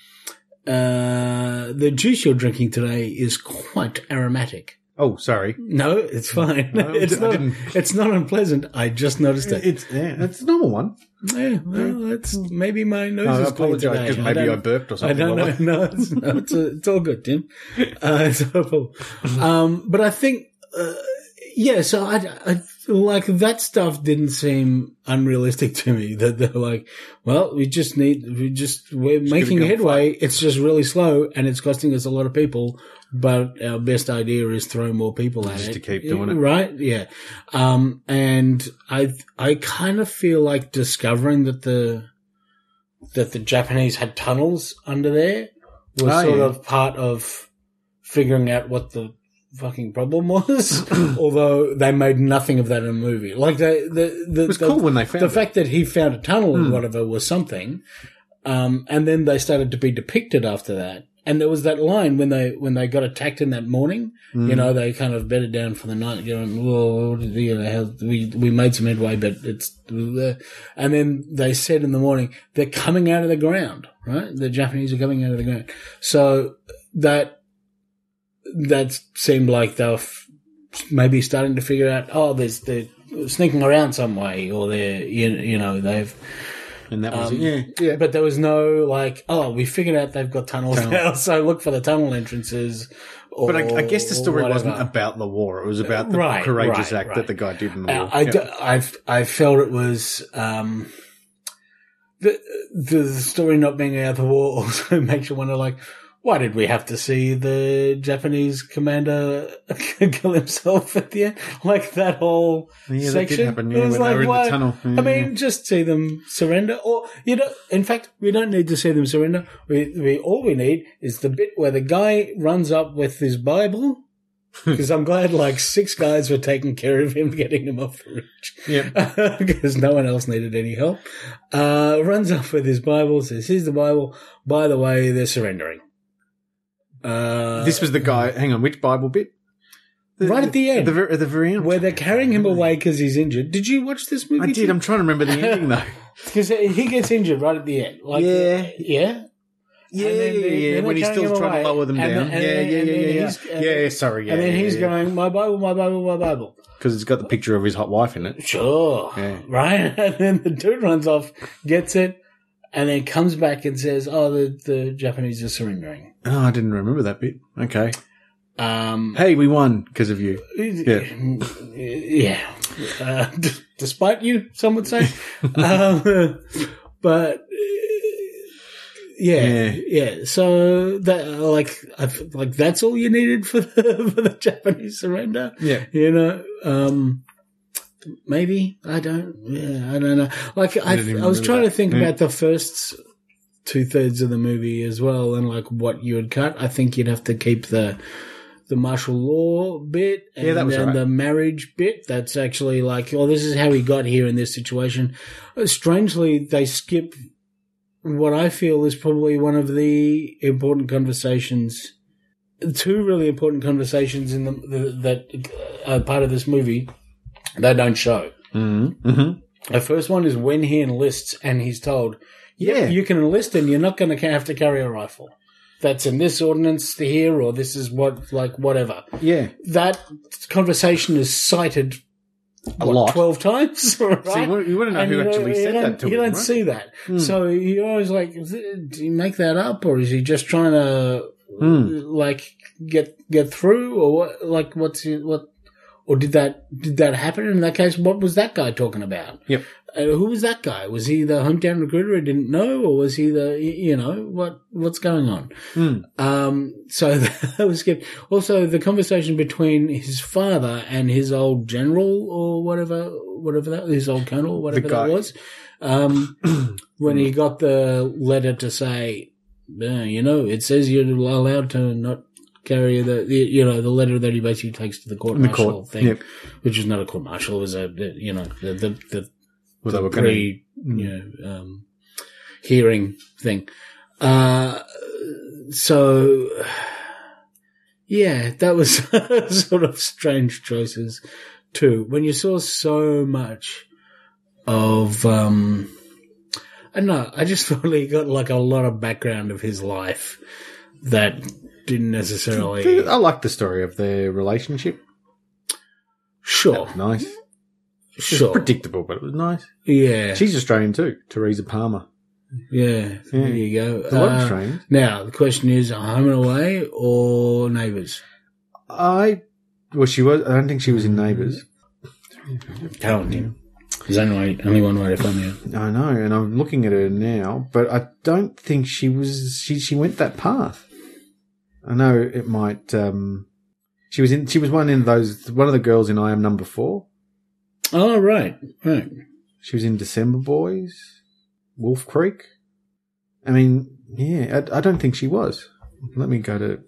S2: uh, the juice you're drinking today is quite aromatic.
S1: oh, sorry.
S2: No, it's fine.
S1: Hmm. No,
S2: it's
S1: I
S2: not.
S1: didn't-
S2: It's not unpleasant. I just noticed it.
S1: It's yeah, that's a normal one.
S2: yeah, well, that's maybe my
S1: Hmm.
S2: nose
S1: No, I
S2: is clean
S1: apologise
S2: today.
S1: because maybe I,
S2: don't-
S1: burped or
S2: I
S1: something.
S2: don't
S1: while
S2: know. No, it's, no, it's, it's all good, Tim. Uh, it's horrible. Um, but I think, uh, yeah, so I, I, like that stuff didn't seem unrealistic to me that they're like, well, we just need, we just, we're
S1: give it
S2: making
S1: go.
S2: headway. It's just really slow and it's costing us a lot of people, but our best idea is throw more people at
S1: Just
S2: it.
S1: to keep doing it.
S2: Right? Yeah. Um, and I, I kind of feel like discovering that the, that the Japanese had tunnels under there was
S1: Oh,
S2: sort
S1: yeah.
S2: of part of figuring out what the fucking problem was. Although they made nothing of that in the movie. Like they, the, the,
S1: It was
S2: the,
S1: cool when they found
S2: the
S1: it.
S2: fact that he found a tunnel or
S1: Hmm.
S2: whatever was something. Um, and then they started to be depicted after that. And there was that line when they when they got attacked in that morning.
S1: Hmm.
S2: You know, they kind of bedded down for the night. You know, "Whoa, you know how- we we made some headway, but it's. And then they said in the morning they're coming out of the ground. Right, the Japanese are coming out of the ground. So that that seemed like they were f- maybe starting to figure out. Oh, there's they're sneaking around some way, or they're you, you know they've
S1: and that was it.
S2: um,
S1: yeah, yeah.
S2: but there was no like, oh, we figured out they've got tunnels
S1: Tunnel.
S2: now, so look for the tunnel entrances. Or
S1: But I, I guess the story wasn't
S2: whatever.
S1: about the war. It was about the
S2: Right,
S1: courageous
S2: right,
S1: act
S2: right.
S1: that the guy did in the war.
S2: Uh, I,
S1: Yeah.
S2: d- I've- I felt it was um, the the story not being out of the war also makes you wonder like. Why did we have to see the Japanese commander kill himself at the end? Like that whole
S1: yeah, that
S2: section.
S1: did happen.
S2: It
S1: Yeah,
S2: was
S1: when
S2: like,
S1: they were in
S2: what?
S1: the tunnel. Yeah.
S2: I mean, just see them surrender, or you know. In fact, we don't need to see them surrender. We, we all we need is the bit where the guy runs up with his Bible,
S1: Hmm.
S2: because I'm glad like six guys were taking care of him, getting him off the ridge,
S1: yeah.
S2: because no one else needed any help. Uh, runs up with his Bible, says, "Here's the Bible. By the way, they're surrendering." Uh,
S1: this was the guy. Hang on, which Bible bit?
S2: Right at the end.
S1: the, ver- at the very end.
S2: where they're carrying him away because he's injured. Did you watch this movie?
S1: I did. I'm trying to remember the ending though.
S2: because he gets injured right at the end. Like,
S1: Yeah.
S2: yeah.
S1: Yeah,
S2: And
S1: yeah,
S2: then
S1: yeah,
S2: they-
S1: yeah.
S2: then
S1: When
S2: they're
S1: he's
S2: carrying
S1: still
S2: him
S1: trying to
S2: away.
S1: lower them
S2: And
S1: down.
S2: then- and
S1: yeah,
S2: then-
S1: yeah,
S2: and
S1: yeah,
S2: then
S1: yeah.
S2: he's- and
S1: yeah,
S2: then-
S1: yeah, sorry. Yeah,
S2: and then
S1: yeah,
S2: he's
S1: yeah.
S2: going, my Bible, my Bible, my Bible.
S1: because it's got the picture of his hot wife in it.
S2: Sure.
S1: Yeah.
S2: Right? And then the dude runs off, gets it, and then comes back and says, oh, the, the Japanese are surrendering.
S1: Oh, I didn't remember that bit. Okay.
S2: Um,
S1: Hey, we won because of you.
S2: yeah. Uh, d- despite you, some would say. um, but, uh, yeah,
S1: Yeah.
S2: yeah, So that, like, I, f- like that's all you needed for the, for the Japanese surrender.
S1: Yeah.
S2: you know um maybe i don't yeah i don't know like i,
S1: I didn't even
S2: I was
S1: remember
S2: trying to
S1: that.
S2: think
S1: Yeah.
S2: about the first two thirds of the movie as well and like what you would cut i think you'd have to keep the the martial law bit and
S1: Yeah, that was
S2: then
S1: alright.
S2: the marriage bit that's actually like oh this is how he got here in this situation Uh, strangely they skip what i feel is probably one of the important conversations two really important conversations in the, the that uh, are part of this movie they don't show.
S1: Mm-hmm. Mm-hmm.
S2: The first one is when he enlists and he's told, "Yep,
S1: Yeah.
S2: you can enlist and you're not going to have to carry a rifle." That's in this ordinance here, or this is what, like, whatever.
S1: Yeah.
S2: That conversation is cited
S1: A
S2: what,
S1: lot.
S2: twelve times. Right?
S1: So you wouldn't- you wouldn't know
S2: And
S1: who
S2: don't-
S1: actually said
S2: don't-
S1: that to
S2: You
S1: him,
S2: don't
S1: right? Hmm.
S2: see that, so you're always like, "Do you make that up, or is he just trying to
S1: Mm.
S2: like get get through, or what? Like, what's he- what? Or did that did that happen? In that case, what was that guy talking about?
S1: Yep.
S2: Uh, who was that guy? Was he the hometown recruiter who didn't know, or was he the y- you know what what's going on?
S1: Mm.
S2: Um, so that was good. Also, the conversation between his father and his old general or whatever, whatever that, his old colonel, whatever
S1: guy.
S2: that was, um, when he got the letter to say, yeah, you know, it says you're allowed to not carry the, the you know the letter that he basically takes to the court
S1: In the
S2: martial
S1: court.
S2: thing,
S1: Yep.
S2: which is not a court martial, it was a you know the the the,
S1: Well,
S2: the
S1: they were going
S2: pre you know um, hearing thing. Uh, so yeah, that was sort of strange choices too. When you saw so much of, um, I don't know, I just felt he got like a lot of background of his life that didn't necessarily.
S1: to. I like the story of their relationship.
S2: Sure,
S1: Nice. It was
S2: Oh. sure.
S1: predictable, but it was nice.
S2: Yeah,
S1: She's Australian too, Teresa Palmer.
S2: yeah,
S1: Yeah.
S2: there you go.
S1: A lot of
S2: Uh,
S1: Australians.
S2: now, the question is home and away or neighbours?
S1: I well, she was. I don't think she was
S2: Mm-hmm.
S1: in Neighbours.
S2: Talented. There's only, way- only one way to find out.
S1: I know, and I'm looking at her now, but I don't think she was. She she went that path. I know it might. um She was in. She was one in those. One of the girls in I Am Number Four.
S2: Oh, right, right.
S1: She was in December Boys, Wolf Creek. I mean, yeah, I, I don't think she was. Let me go to.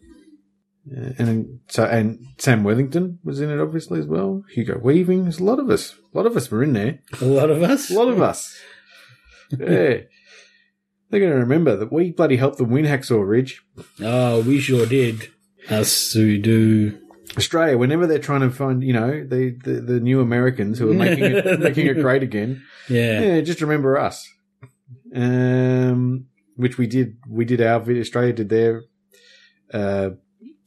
S1: Yeah, and then, so and Sam Worthington was in it obviously as well. Hugo Weaving, there's a lot of us. A lot of us were in there.
S2: A lot of us.
S1: A lot of us. Yeah. They're going to remember that we bloody helped them win Hacksaw Ridge.
S2: Oh, we sure did. Us who do.
S1: Australia, whenever they're trying to find, you know, the, the, the new Americans who are making it, making it great again,
S2: Yeah.
S1: yeah, just remember us. Um, which we did, we did our video, Australia did their, uh,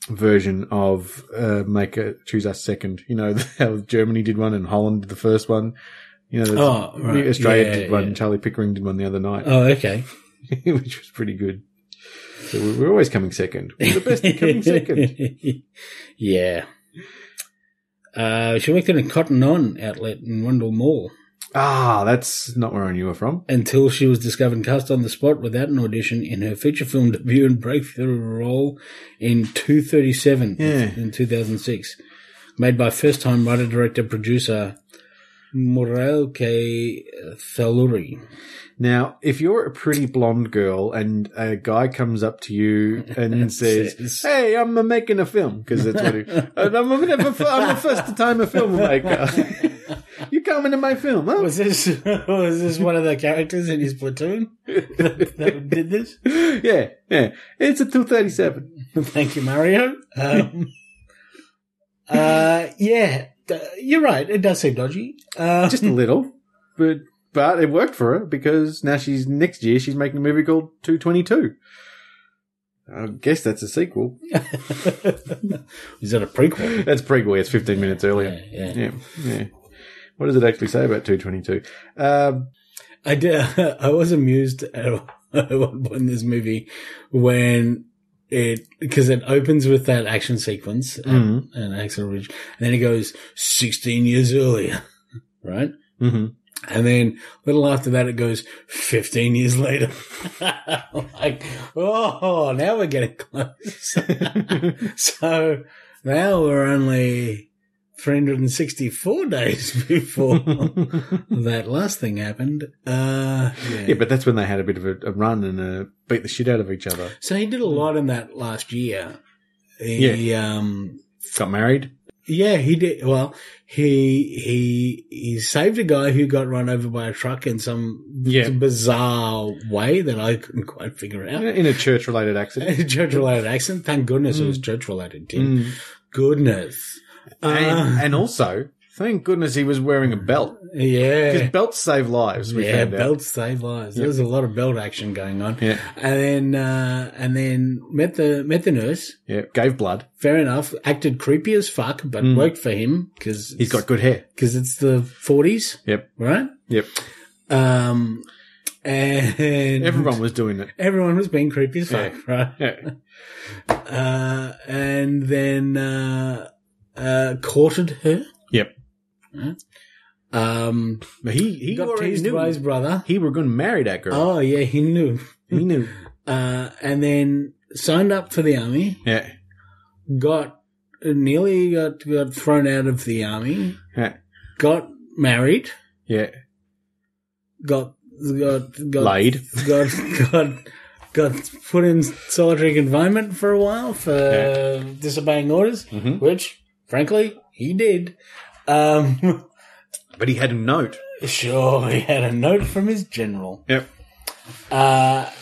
S1: version of, uh, make a, choose us second. You know, how Germany did one and Holland did the first one. You know, that's-
S2: Oh, right.
S1: Australia
S2: Yeah,
S1: did one,
S2: yeah.
S1: Charlie Pickering did one the other night.
S2: Oh, okay.
S1: which was pretty good. So we- we're always coming second. We're the best at coming second.
S2: yeah. Uh, she worked in a cotton on outlet in Rundle Mall
S1: Ah, that's not where I knew her from.
S2: until she was discovered cast on the spot without an audition in her feature film debut and breakthrough role in 237
S1: Yeah.
S2: in 2006, made by first time writer director producer Morelke Thaluri.
S1: Now, if you're a pretty blonde girl and a guy comes up to you and says,
S2: Says-
S1: "Hey, I'm uh, making a film," because that's what he, and I'm, I'm, the- I'm the first time a filmmaker. you coming to my film? Huh?
S2: Was this was this one of the characters in his platoon that, that did this?
S1: yeah, yeah. It's a 237.
S2: Thank you, Mario. Um, uh, yeah, d- you're right. It does seem dodgy. Uh,
S1: Just a little, but but it worked for her because now she's next year she's making a movie called 222. I guess that's a sequel.
S2: is that a prequel?
S1: That's prequel. It's 15 minutes earlier.
S2: Yeah, yeah.
S1: Yeah, yeah. What does it actually say about 222? Um,
S2: I did. I was amused at one point in this movie when it because it opens with that action sequence and, and Axel Ridge, and then it goes 16 years earlier, right? Mm-hmm.
S1: mhm.
S2: And then a little after that, it goes 15 years later. like, oh, now we're getting close. so now we're only 364 days before that last thing happened. Uh, yeah.
S1: Yeah, but that's when they had a bit of a, a run and uh, beat the shit out of each other.
S2: so he did a lot in that last year. He, um,
S1: Got married.
S2: Yeah, he did. Well, he he he saved a guy who got run over by a truck in some
S1: Yeah.
S2: bizarre way that I couldn't quite figure out.
S1: In a church related accident.
S2: church related accident. Thank goodness it was church related. Tim.
S1: Mm.
S2: Goodness.
S1: And,
S2: Uh,
S1: and also, thank goodness he was wearing a belt. Because
S2: yeah.
S1: belts save lives, we
S2: Yeah,
S1: found out.
S2: belt save lives. There was a lot of belt action going on.
S1: Yeah.
S2: And then uh and then met the met the nurse.
S1: Yeah, gave blood.
S2: Fair enough. Acted creepy as fuck, but
S1: Mm.
S2: worked for him because
S1: He's got good hair.
S2: because it's the forties.
S1: Yep.
S2: Right.
S1: Yep.
S2: Mm-hmm. Um, and
S1: Everyone was doing it.
S2: everyone was being creepy as
S1: Yeah.
S2: fuck, right?
S1: Yeah.
S2: Uh, and then uh, uh, courted her.
S1: Yep.
S2: Right? Um,
S1: But he, he
S2: got
S1: already
S2: teased
S1: knew.
S2: by his brother.
S1: he were going to marry that girl.
S2: Oh yeah, he knew.
S1: He knew.
S2: Uh, and then signed up for the army.
S1: Yeah.
S2: Got nearly got got thrown out of the army.
S1: Yeah.
S2: Got married.
S1: Yeah.
S2: Got got got
S1: Laid.
S2: got got got put in solitary confinement for a while for
S1: Yeah.
S2: disobeying orders,
S1: Mhm.
S2: which, frankly, he did. Um,
S1: But he had a note.
S2: sure, he had a note from his general,
S1: Yep.
S2: uh,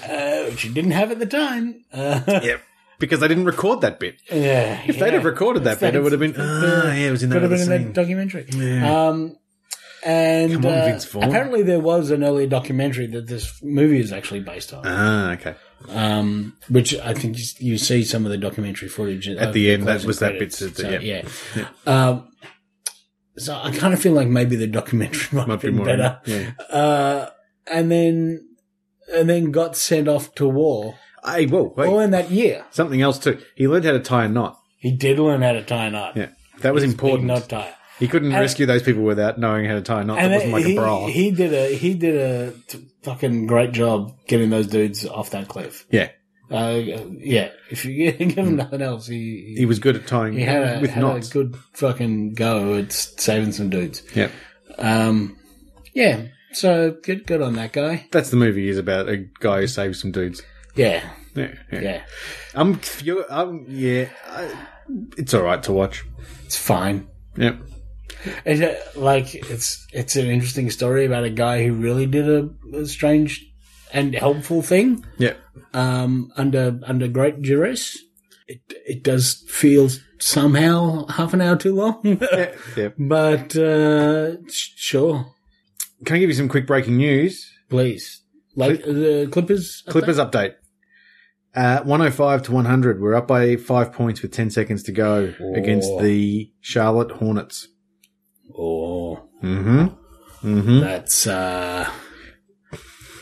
S2: uh, which he didn't have at the time. Uh,
S1: Yep. Because they didn't record that bit.
S2: yeah,
S1: If they'd have recorded that bit, it would have been. Ah, yeah, it was in that
S2: Could have
S1: other
S2: been in
S1: scene.
S2: that documentary.
S1: Yeah.
S2: Um, and
S1: Come on,
S2: uh,
S1: Vince Vaughn.
S2: apparently there was an earlier documentary that this movie is actually based on,
S1: ah, okay.
S2: um, which I think you, you see some of the documentary footage
S1: At the end, that was that bit
S2: So,
S1: that- that-
S2: yeah. Um, so I kind of feel like maybe the documentary might,
S1: Might
S2: be
S1: be more.
S2: better.
S1: Yeah.
S2: Uh, and then, and then got sent off to war.
S1: Hey, whoa, wait.
S2: All in that year,
S1: Something else too. He learned how to tie a knot.
S2: he did learn how to tie a knot.
S1: Yeah. That was
S2: His big
S1: important.
S2: knot tie.
S1: He couldn't
S2: And-
S1: rescue those people without knowing how to tie a knot. That wasn't like
S2: he,
S1: a bra.
S2: he did a he did a t- fucking great job getting those dudes off that cliff.
S1: yeah.
S2: Uh, yeah, if you give him nothing else, he
S1: He was good at tying
S2: he had a,
S1: with
S2: had a
S1: knots.
S2: good fucking go at s- saving some dudes.
S1: yeah.
S2: Um, yeah, so good good on that guy.
S1: That's the movie is about a guy who saves some dudes.
S2: Yeah,
S1: Yeah. Yeah.
S2: yeah,
S1: I'm, you I'm, yeah. I, it's all right to watch.
S2: it's fine.
S1: Yep.
S2: It's uh, like it's it's an interesting story about a guy who really did a, a strange and helpful thing.
S1: Yep.
S2: um, under under great duress. It it does feel somehow half an hour too long,
S1: Yep. yep.
S2: but uh, sh- sure,
S1: Can I give you some quick breaking news?
S2: please. Like the Clippers, up
S1: Clippers update. Uh, 105 to 100. We're up by five points with 10 seconds to go against
S2: Oh.
S1: the Charlotte Hornets.
S2: there? Oh,
S1: Mm hmm. Mm hmm.
S2: that's uh,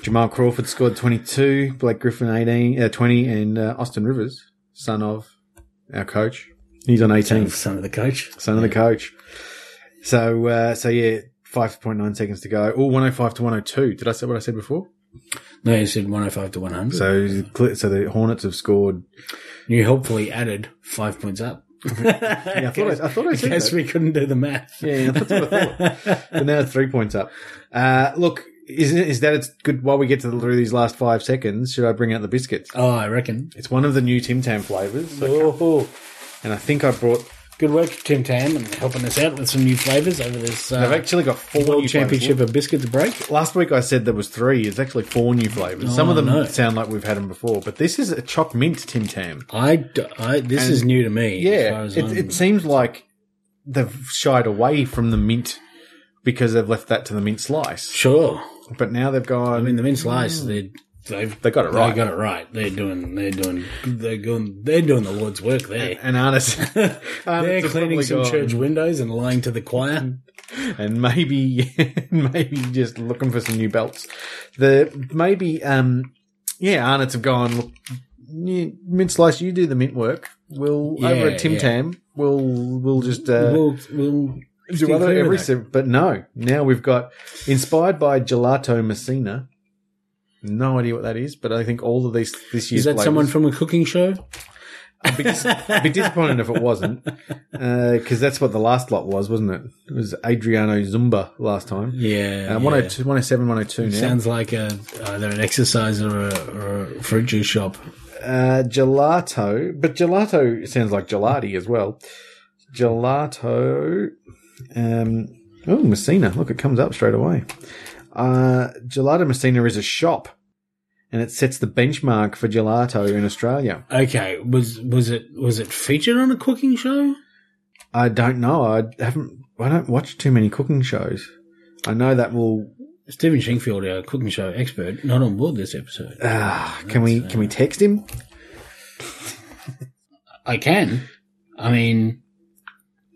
S1: Jamal Crawford scored 22, Blake Griffin 18, uh, 20, and uh, Austin Rivers, son of our coach. He's on 18,
S2: son of the coach.
S1: son of the coach. So, uh, so yeah, 5.9 seconds to go. Oh, 105 to 102. Did I say what I said before?
S2: No, you said one hundred five to one hundred. So
S1: So, the Cl- so the Hornets have scored.
S2: you helpfully added five points up.
S1: Yeah, I thought I, I, thought I said
S2: Yes,
S1: that.
S2: we couldn't do the math.
S1: Yeah, that's what I thought. But now it's three points up. Uh, look, is, is that it's good while we get to the, through these last five seconds? Should I bring out the biscuits?
S2: oh, I reckon.
S1: It's one of the new Tim Tam flavors.
S2: Oh,
S1: And I think I brought
S2: good work, Tim Tam, and helping us out with some new flavors over this. Uh,
S1: I've actually got four
S2: World
S1: new
S2: Championship
S1: Flavors.
S2: of Biscuits break.
S1: Last week I said there was three. It's actually four new flavors. Some of them
S2: Oh, no.
S1: sound like we've had them before, but this is a choc mint Tim Tam.
S2: I, d- I- this is new to me. as far
S1: Yeah,
S2: as
S1: it,
S2: I'm-
S1: it seems like they've shied away from the mint because they've left that to the mint slice.
S2: sure.
S1: But now they've gone.
S2: I mean, the mint slice they they've
S1: Mm. they got it right.
S2: they got it right. They're doing they're doing they're going they're doing the Lord's work there.
S1: and honest,
S2: they're
S1: have
S2: cleaning
S1: Um, probably
S2: some
S1: gone.
S2: church windows and lying to the choir.
S1: and maybe maybe just looking for some new belts. The maybe um yeah, Arnott's have gone. Look, yeah, mint slice, you do the mint work. We'll over
S2: Yeah,
S1: at Tim
S2: yeah.
S1: Tam. We'll we'll just uh,
S2: we'll we'll
S1: do
S2: stick
S1: other
S2: clear of
S1: every
S2: that.
S1: sim- But no, now we've got inspired by Gelato Messina. No idea what that is, but I think all of these this year's
S2: Is that
S1: flavours-
S2: someone from a cooking show?
S1: I'd be, dis- I'd be disappointed if it wasn't, because that's what the last lot was, wasn't it? It was Adriano Zumba last time.
S2: Yeah,
S1: Uh,
S2: yeah.
S1: 102, 107, 102 now.
S2: Sounds like a either an exercise or a, or a fruit juice shop.
S1: Uh, gelato, but gelato sounds like gelati as well. Gelato, um, oh, Messina. Look, it comes up straight away. Uh, gelato Messina is a shop and it sets the benchmark for gelato in Australia.
S2: Okay, was was it was it featured on a cooking show?
S1: I don't know. I haven't, I don't watch too many cooking shows. I know that will,
S2: Stephen Shingfield, our cooking show expert, not on board this episode.
S1: ah, can we, can we text him?
S2: I can. I mean,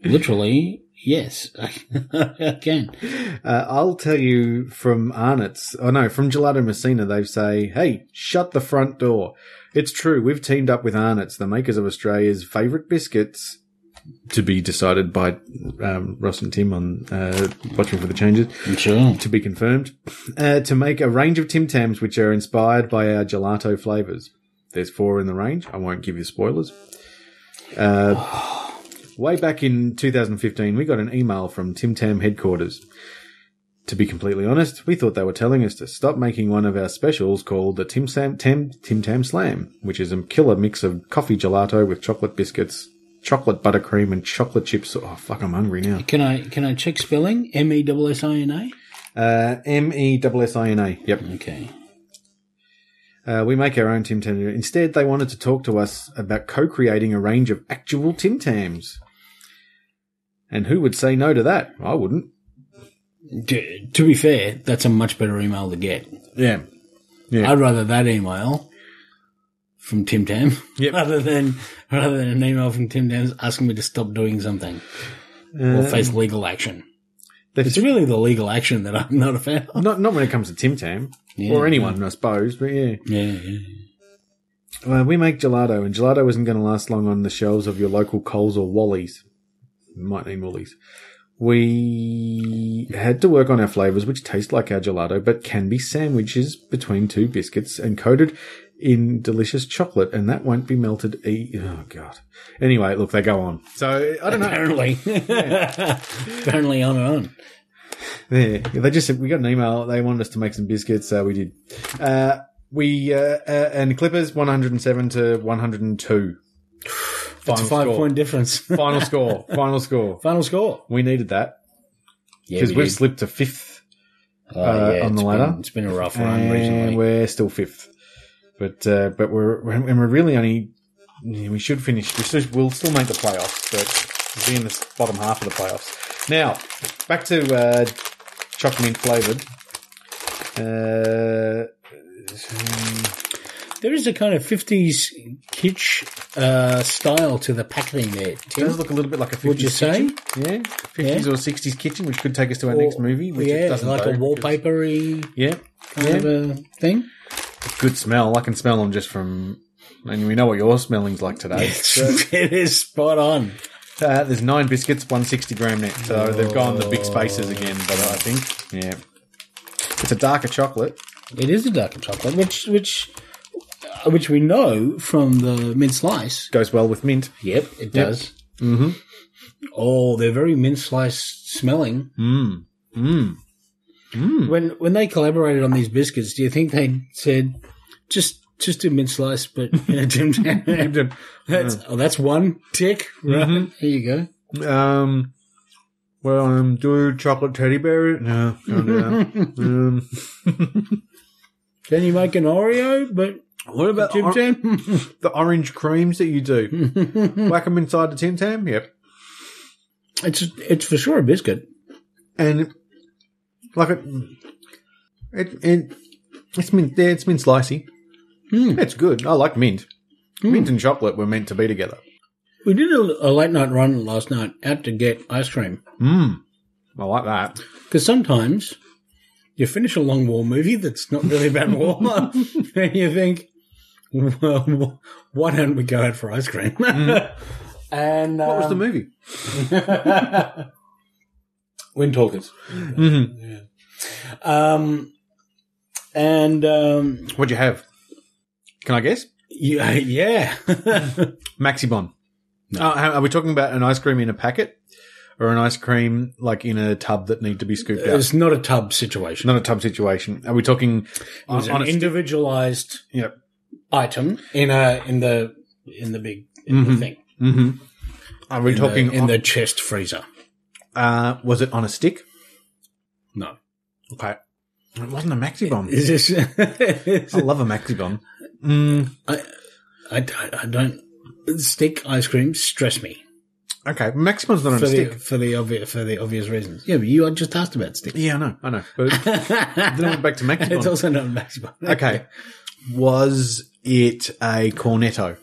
S2: literally, yes, I can.
S1: Uh, I'll tell you from Arnott's, oh no, from Gelato Messina, they say, hey, shut the front door. It's true, we've teamed up with Arnott's, the makers of Australia's favourite biscuits, to be decided by um, Ross and Tim on uh, Watching for the Changes,
S2: Sure.
S1: to be confirmed, uh, to make a range of Tim Tams which are inspired by our gelato flavours. There's four in the range. I won't give you spoilers. Uh, way back in 2015, we got an email from Tim Tam headquarters To be completely honest, we thought they were telling us to stop making one of our specials called the Tim Sam Tim Tim Tam Slam, which is a killer mix of coffee gelato with chocolate biscuits, chocolate buttercream, and chocolate chips. Oh fuck, I'm hungry now.
S2: Can I can I check spelling? M E S S I N A.
S1: Uh, M E S S I N A. Yep.
S2: Okay.
S1: Uh, we make our own Tim Tam. Instead, they wanted to talk to us about co-creating a range of actual Tim Tams. And who would say no to that? I wouldn't.
S2: D- to be fair, that's a much better email to get.
S1: Yeah. Yeah.
S2: I'd rather that email from Tim Tam
S1: Yep.
S2: rather than rather than an email from Tim Tam asking me to stop doing something or
S1: Uh,
S2: face legal action.
S1: they've-
S2: It's really the legal action that I'm not a fan of.
S1: not not when it comes to Tim Tam
S2: Yeah.
S1: or anyone, I suppose. But yeah.
S2: Yeah, yeah.
S1: Well, Uh, we make gelato, and gelato isn't going to last long on the shelves of your local Coles or Wally's. Might mean Woolies. We had to work on our flavors, which taste like our gelato, but can be sandwiches between two biscuits and coated in delicious chocolate, and that won't be melted. E- oh God! Anyway, look, they go on. So I don't know.
S2: Apparently, apparently on and on.
S1: There, they just said we got an email. They wanted us to make some biscuits, so we did. Uh, we uh, uh, and Clippers one hundred and seven to one hundred and two.
S2: It's a five point difference.
S1: Final score. Final score.
S2: Final score.
S1: We needed that
S2: Yeah,
S1: because
S2: we
S1: we've
S2: did.
S1: slipped to fifth uh,
S2: Oh,
S1: on
S2: it's
S1: the
S2: been-
S1: ladder.
S2: it's been a rough run
S1: and
S2: recently.
S1: we're still fifth. But uh, but we're and we're really only we should finish. We should, we'll still make the playoffs, but be in the s- bottom half of the playoffs. Now back to uh, chocolate mint flavored. Uh,
S2: There is a kind of fifties kitsch uh, style to the packaging there.
S1: it does
S2: Tim.
S1: look a little bit like a 50s
S2: Would you say?
S1: kitchen. Yeah, fifties or sixties kitchen, which could take us to our next
S2: Or-
S1: movie. Which
S2: yeah,
S1: it doesn't
S2: like a
S1: though, because-
S2: wallpapery
S1: Yeah,
S2: kind
S1: yeah.
S2: of a thing.
S1: good smell. I can smell them just from. And we know what your smelling's like today. So,
S2: it is spot on.
S1: uh, there's nine biscuits, one sixty gram net. So they've gone the big spaces again, but I think yeah, it's a darker chocolate.
S2: It is a darker chocolate, which which uh, which we know from the mint slice.
S1: Goes well with mint.
S2: Yep, it does. Mm-hmm. Oh, they're very mint slice smelling.
S1: Mmm. Mmm.
S2: When when they collaborated on these biscuits, do you think they said just just do mint slice, but in a Tim Tam? that's oh, that's one tick. Right there you go.
S1: Mm-hmm. Um. Well, um, do chocolate teddy bear? No, can't do that. um,
S2: Can you make an Oreo? But
S1: what about
S2: Tim
S1: or-
S2: Tam?
S1: the orange creams that you do? Whack them inside the Tim Tam? Yep.
S2: it's it's for sure a biscuit.
S1: and like it, it, it it's mint. Yeah, it's mint slicey.
S2: Hmm.
S1: It's good. I like mint. Mint and chocolate were meant to be together.
S2: We did a, a late night run last night out to get ice cream
S1: Mmm. I like that.
S2: because sometimes you finish a long war movie that's not really about war, and you think, well, why don't we go out for ice cream? and
S1: Mm. What was
S2: um,
S1: the movie?
S2: Wind Talkers.
S1: Mm-hmm.
S2: Um, and um,
S1: What'd you have? Can I guess?
S2: yeah, yeah.
S1: Maxibon. Oh, ha- are we talking about an ice cream in a packet, or an ice cream like in a tub that need to be scooped out?
S2: it's not a tub situation.
S1: Not a tub situation. Are we talking
S2: it was
S1: on, on
S2: an
S1: a sti-
S2: individualized
S1: Yep.
S2: item in a in the in the big in the
S1: Mhm.
S2: thing
S1: Mm-hmm. Are we
S2: in
S1: talking?
S2: the, in
S1: on-
S2: the chest freezer.
S1: uh, was it on a stick?
S2: No,
S1: Okay. It wasn't a maxi bomb.
S2: is this?
S1: I love a maxi bomb. Mm,
S2: I, don't- I don't stick ice cream stress me
S1: okay, maxi bomb's not on
S2: for
S1: a stick.
S2: the for the obvious for the obvious reasons. Yeah, but you just asked about stick.
S1: Yeah, I know, I know. But then I went
S2: it's
S1: back to maxi bomb.
S2: also not maximum.
S1: Okay, was it a cornetto?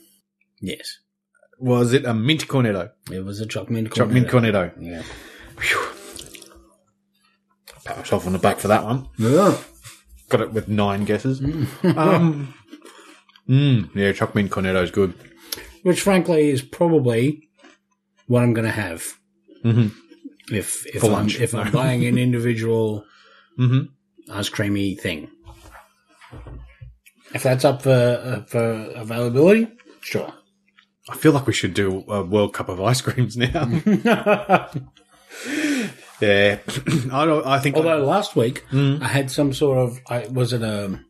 S2: Yes,
S1: Was it a mint cornetto?
S2: it was a chocolate
S1: Choc mint cornetto.
S2: Yeah.
S1: Pat myself on the back for that one. Got it with nine guesses. um, mm, yeah, choc mint cornetto's good.
S2: Which, frankly, is probably what I'm going to have
S1: Mhm.
S2: if if
S1: For
S2: I'm,
S1: lunch.
S2: if I'm buying an individual
S1: Mhm.
S2: ice creamy thing. If that's up for uh, for availability, sure.
S1: I feel like we should do a World Cup of ice creams now. Yeah, I don't. I think.
S2: Although last week
S1: Mm.
S2: I had some sort of, I was it a,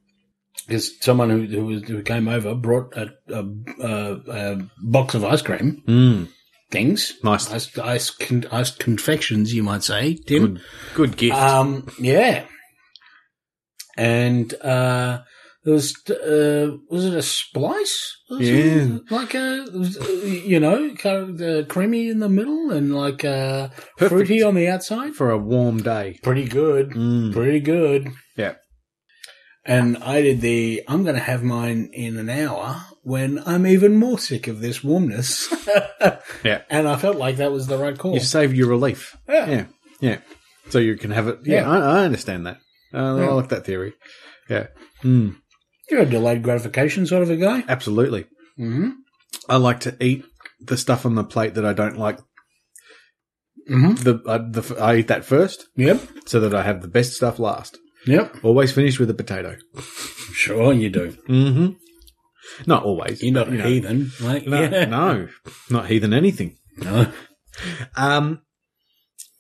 S2: is someone who who, was, who came over brought a, a, a, a box of ice cream
S1: Mm,
S2: things,
S1: nice.
S2: ice ice, con, ice confections, you might say, Tim.
S1: Good, good gift.
S2: Um, yeah, and uh, there was uh, was it a splice? Was it
S1: Yeah.
S2: like uh, a you know kind of the creamy in the middle and like uh,
S1: Perfect.
S2: fruity on the outside.
S1: for a warm day.
S2: Pretty good
S1: Mm.
S2: pretty good.
S1: Yeah.
S2: And I did the I'm going to have mine in an hour when I'm even more sick of this warmness.
S1: Yeah.
S2: And I felt like that was the right call.
S1: You've saved your relief.
S2: Yeah.
S1: yeah, yeah. So you can have it. Yeah,
S2: Yeah.
S1: I, I understand that. Uh, I
S2: Yeah.
S1: like that theory. Yeah, mm,
S2: You're a delayed gratification sort of a guy.
S1: absolutely.
S2: Mm
S1: I like to eat the stuff on the plate that I don't like.
S2: hmm. Mm hmm.
S1: The, I, the f- I eat that first,
S2: Yep.
S1: so that I have the best stuff last.
S2: Yep.
S1: Always finish with a potato.
S2: Sure, you do.
S1: Mm-hmm. Not always.
S2: You're not
S1: but, you know.
S2: heathen. Like,
S1: No,
S2: yeah.
S1: no, not heathen anything.
S2: No.
S1: Um,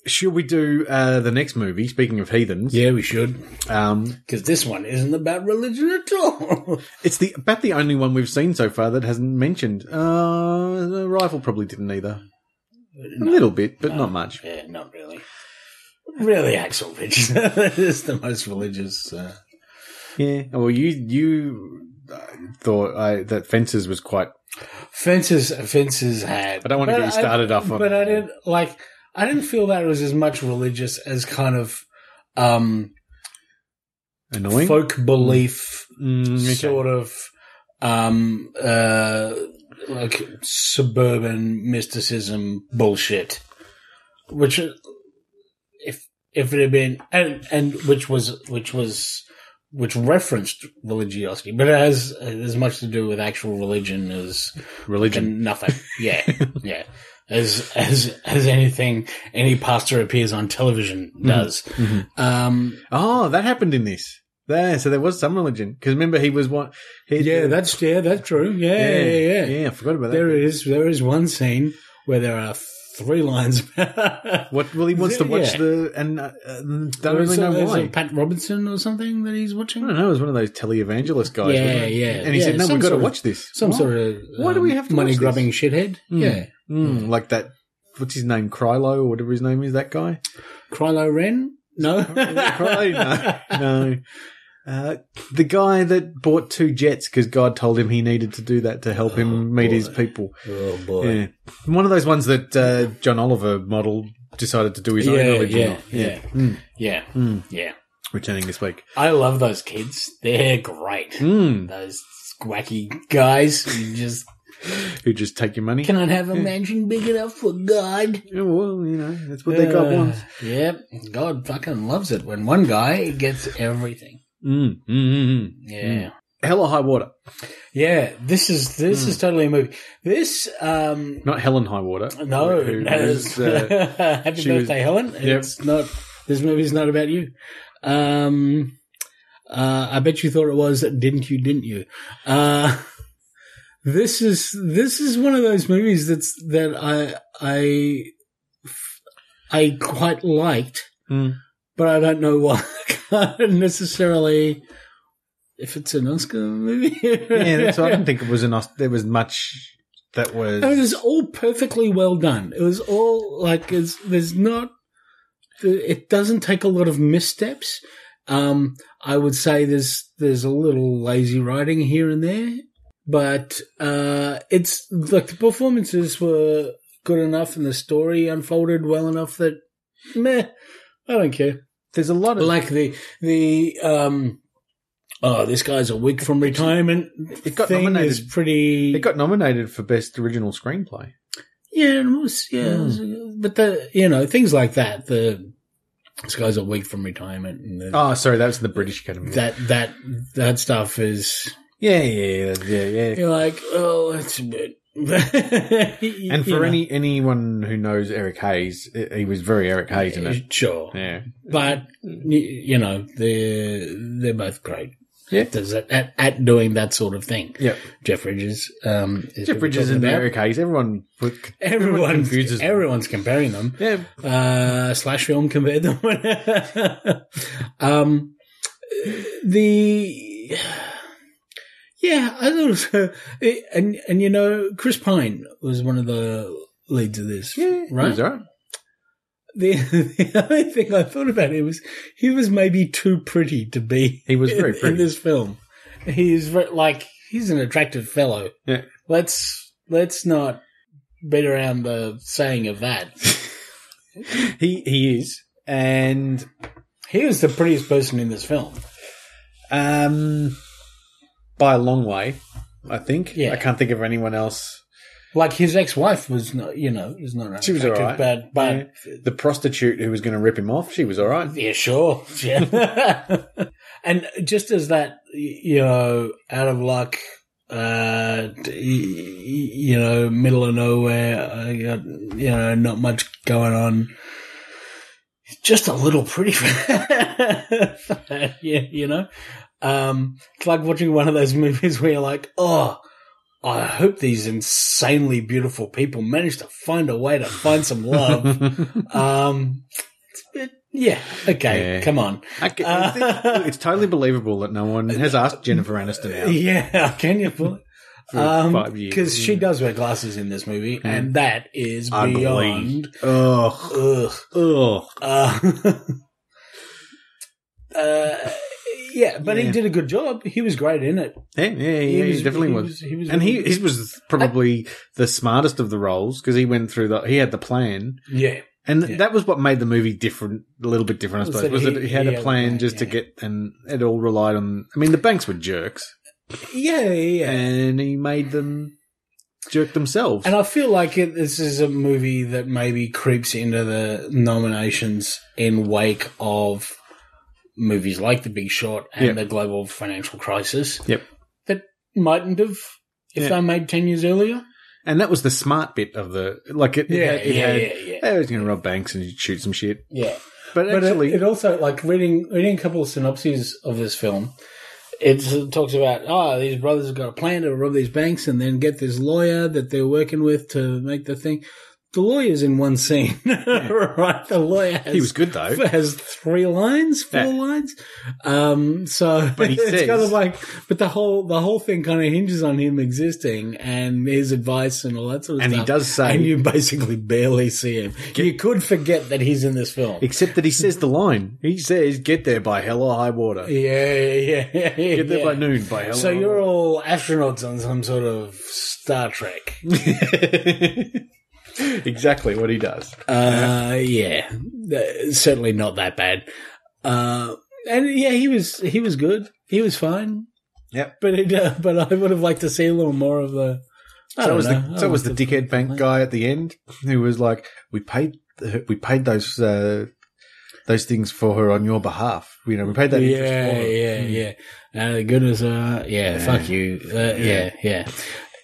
S1: should we do uh, the next movie? Speaking of heathens,
S2: Yeah, we should.
S1: um,
S2: Because this one isn't about religion at all.
S1: it's the about the only one we've seen so far that hasn't mentioned. Uh, the rifle probably didn't either. a little bit, but not much.
S2: yeah, not really. Really, Axel Ridge is the most religious. Uh,
S1: Yeah. Oh, Well, you you uh, thought I, that fences was quite.
S2: Fences, fences had.
S1: I don't want to
S2: But
S1: get you started off on.
S2: But I didn't like. I didn't feel that it was as much religious as kind of um,
S1: annoying.
S2: folk belief,
S1: Mm, okay.
S2: sort of um, uh, like suburban mysticism bullshit. Which, if if it had been and and which was which was which referenced religiosity, but it has as much to do with actual religion as
S1: religion.
S2: and nothing. Yeah, yeah. As as as anything any pastor appears on television does.
S1: Mhm.
S2: Um,
S1: Oh, that happened in this. There, so there was some religion. Because remember, he was one. He,
S2: yeah, that's yeah, that's true. Yeah, yeah, yeah.
S1: I forgot about that.
S2: There is there is one scene where there are three lines.
S1: What? Well, he wants to watch
S2: Yeah.
S1: the and uh, um, don't
S2: There's
S1: really
S2: a-
S1: know
S2: there's
S1: why. Hmm.
S2: a Pat Robinson or something that he's
S1: I
S2: watching.
S1: don't know. It was one of those televangelist guys.
S2: Yeah,
S1: wasn't it?
S2: yeah,
S1: And he
S2: yeah,
S1: said, "No,
S2: some
S1: we've got to
S2: sort of-
S1: watch this."
S2: Some
S1: Why?
S2: sort of
S1: Why do we have to watch
S2: money
S1: this?
S2: grubbing shithead?
S1: Mm.
S2: Yeah,
S1: Mm, like that. What's his name? Krylo, or whatever his name is. That guy.
S2: Krylo Ren. No,
S1: Krylo. No, no. Uh, the guy that bought two jets because God told him he needed to do that to help him meet his people.
S2: Oh boy.
S1: Yeah, one of those ones that uh, John Oliver model decided to do his own
S2: Yeah,
S1: religion.
S2: yeah,
S1: on.
S2: yeah.
S1: Mm,
S2: Yeah,
S1: mm.
S2: yeah.
S1: Returning this week.
S2: I love those kids. They're great.
S1: Mm.
S2: Those wacky guys who just
S1: Who just take your money?
S2: cannot have a mansion big enough for God.
S1: Yeah, well, you know, that's what they got
S2: Uh,
S1: once.
S2: Yep. God fucking loves it when one guy gets everything.
S1: Mm, mm, mm, mm.
S2: Yeah.
S1: Hell or High Water.
S2: Yeah. This is this
S1: Mm.
S2: is totally a movie. This um
S1: Not Helen High Water.
S2: no,
S1: Who-
S2: no,
S1: who's, uh,
S2: happy
S1: she was-
S2: birthday, Helen. It's not this movie's not about you. Um uh, I bet you thought it was didn't you, didn't you? Uh this is this is one of those movies that's that I I I quite liked,
S1: Mm.
S2: but I don't know why I can't necessarily if it's an Oscar movie.
S1: yeah, that's, I don't think it was an. Os- There was much that was.
S2: I mean, it was all perfectly well done. It was all like it's, there's not. It doesn't take a lot of missteps. Um, I would say there's there's a little lazy writing here and there, but uh, it's like the performances were good enough and the story unfolded well enough that meh, I don't care.
S1: There's a lot of.
S2: Like the the um, oh, this guy's a week from retirement.
S1: it got
S2: thing
S1: nominated.
S2: is pretty.
S1: it got nominated for best original screenplay.
S2: Yeah, and it was, yeah, it
S1: Hmm.
S2: was- but the you know things like that. The this guy's a week from retirement, and the,
S1: Oh, sorry, that was the British Academy.
S2: that that that stuff is
S1: yeah, yeah, yeah, yeah. yeah.
S2: you're like, oh, it's a bit. You-
S1: And for
S2: you know.
S1: any anyone who knows Eric Hayes, i- he was very Eric Hayes in it.
S2: sure,
S1: eh? Yeah,
S2: but y- you know they're they're both great.
S1: Yeah.
S2: Does that, at, at doing that sort of thing.
S1: Yeah.
S2: Jeff Bridges. Um,
S1: Jeff
S2: is who we're
S1: Bridges
S2: talking
S1: in
S2: about.
S1: their case. Everyone put.
S2: Everyone
S1: confuses
S2: confuses.
S1: them.
S2: Everyone's comparing them.
S1: Yeah.
S2: Uh, slash film compared to one. um, the yeah, I thought it was, it- and and you know Chris Pine was one of the leads of this,
S1: Yeah.
S2: right?
S1: He's all right.
S2: The, the only thing I thought about it was he was maybe too pretty to be.
S1: He was
S2: in,
S1: very pretty.
S2: in this film. He's ve- like he's an attractive fellow.
S1: Yeah.
S2: Let's let's not beat around the saying of that.
S1: He, he is. And
S2: he was the prettiest person in this film.
S1: um, by a long way, I think.
S2: Yeah.
S1: I can't think of anyone else.
S2: Like his ex-wife was not, you know, was not
S1: She was
S2: attractive,
S1: alright.
S2: but but
S1: The prostitute who was going to rip him off, she was all right.
S2: Yeah, sure. Yeah. and just as that, y- you know, out of luck, uh, d- y- y- you know, middle of nowhere, uh, you got- you know, not much going on. Just a little pretty, yeah, you know. Um, it's like watching one of those movies where you're like, oh, I hope these insanely beautiful people manage to find a way to find some love. Um, it- yeah, okay,
S1: Yeah.
S2: come on.
S1: I ca-
S2: Uh,
S1: it's- it's totally believable that no one has asked Jennifer Aniston out
S2: Yeah, can you pull it?
S1: for
S2: Um,
S1: five years Mm-hmm.
S2: because she does wear glasses in this movie, and that is
S1: Ugly.
S2: beyond.
S1: Mm. Ugh,
S2: Ugh.
S1: ugh.
S2: Uh, uh, yeah, but
S1: Yeah.
S2: he did a good job. He was great in it.
S1: Yeah, yeah, yeah, he,
S2: was-
S1: definitely
S2: he
S1: was.
S2: was- he was
S1: and he
S2: really-
S1: he was probably the smartest of the roles because he went through the he had the plan,
S2: Yeah,
S1: and th-
S2: Yeah.
S1: that was what made the movie different, a little bit different. I
S2: Was
S1: suppose
S2: that
S1: was
S2: he-
S1: that he had
S2: he
S1: a
S2: had a
S1: plan
S2: plan,
S1: just to
S2: yeah.
S1: get, and it all relied on. I mean, the banks were jerks,
S2: yeah, yeah, yeah.
S1: and he made them jerk themselves.
S2: And I feel like it, this is a movie that maybe creeps into the nominations in wake of movies like The Big Short and
S1: Yeah.
S2: the global financial crisis.
S1: Yep.
S2: That mightn't have if
S1: Yeah.
S2: they made 10 years earlier.
S1: and that was the smart bit of the like it. it had- it had,
S2: yeah,
S1: Hey, he's going to rob banks and shoot some shit.
S2: yeah.
S1: But,
S2: But
S1: actually,
S2: it, it also, like, reading, reading a couple of synopses of this film, it s- talks about, oh, these brothers have got a plan to rob these banks and then get this lawyer that they're working with to make the thing. The lawyer's in one scene, right? The lawyer has
S1: he was good though.
S2: has three lines, four
S1: Yeah.
S2: lines. Um, so
S1: But he
S2: it's
S1: says-
S2: kind of like, but the whole the whole thing kind of hinges on him existing and his advice and all that sort of
S1: And he
S2: stuff.
S1: does say-
S2: and you basically barely see him. you could forget that he's in this film.
S1: Except that he says the line. He says, "Get there by hell or high water.
S2: yeah, yeah, yeah, yeah.
S1: Get there by
S2: yeah.
S1: noon by hell."
S2: So
S1: or high
S2: you're
S1: water."
S2: all astronauts on some sort of Star Trek.
S1: exactly what he does.
S2: Uh, yeah, Uh, certainly not that bad. Uh, and yeah, he was he was good. He was fine.
S1: Yep.
S2: But it, uh, but I would have liked to see a little more of the. I
S1: So
S2: don't
S1: was
S2: know.
S1: the
S2: I
S1: so was the
S2: must
S1: dickhead bank guy at the end who was like, "We paid the- we paid those uh, those things for her on your behalf. You know, we paid that
S2: have-
S1: interest for
S2: Yeah,
S1: her."
S2: yeah, yeah. Uh, goodness, uh, yeah, Fuck you. Uh, yeah, yeah.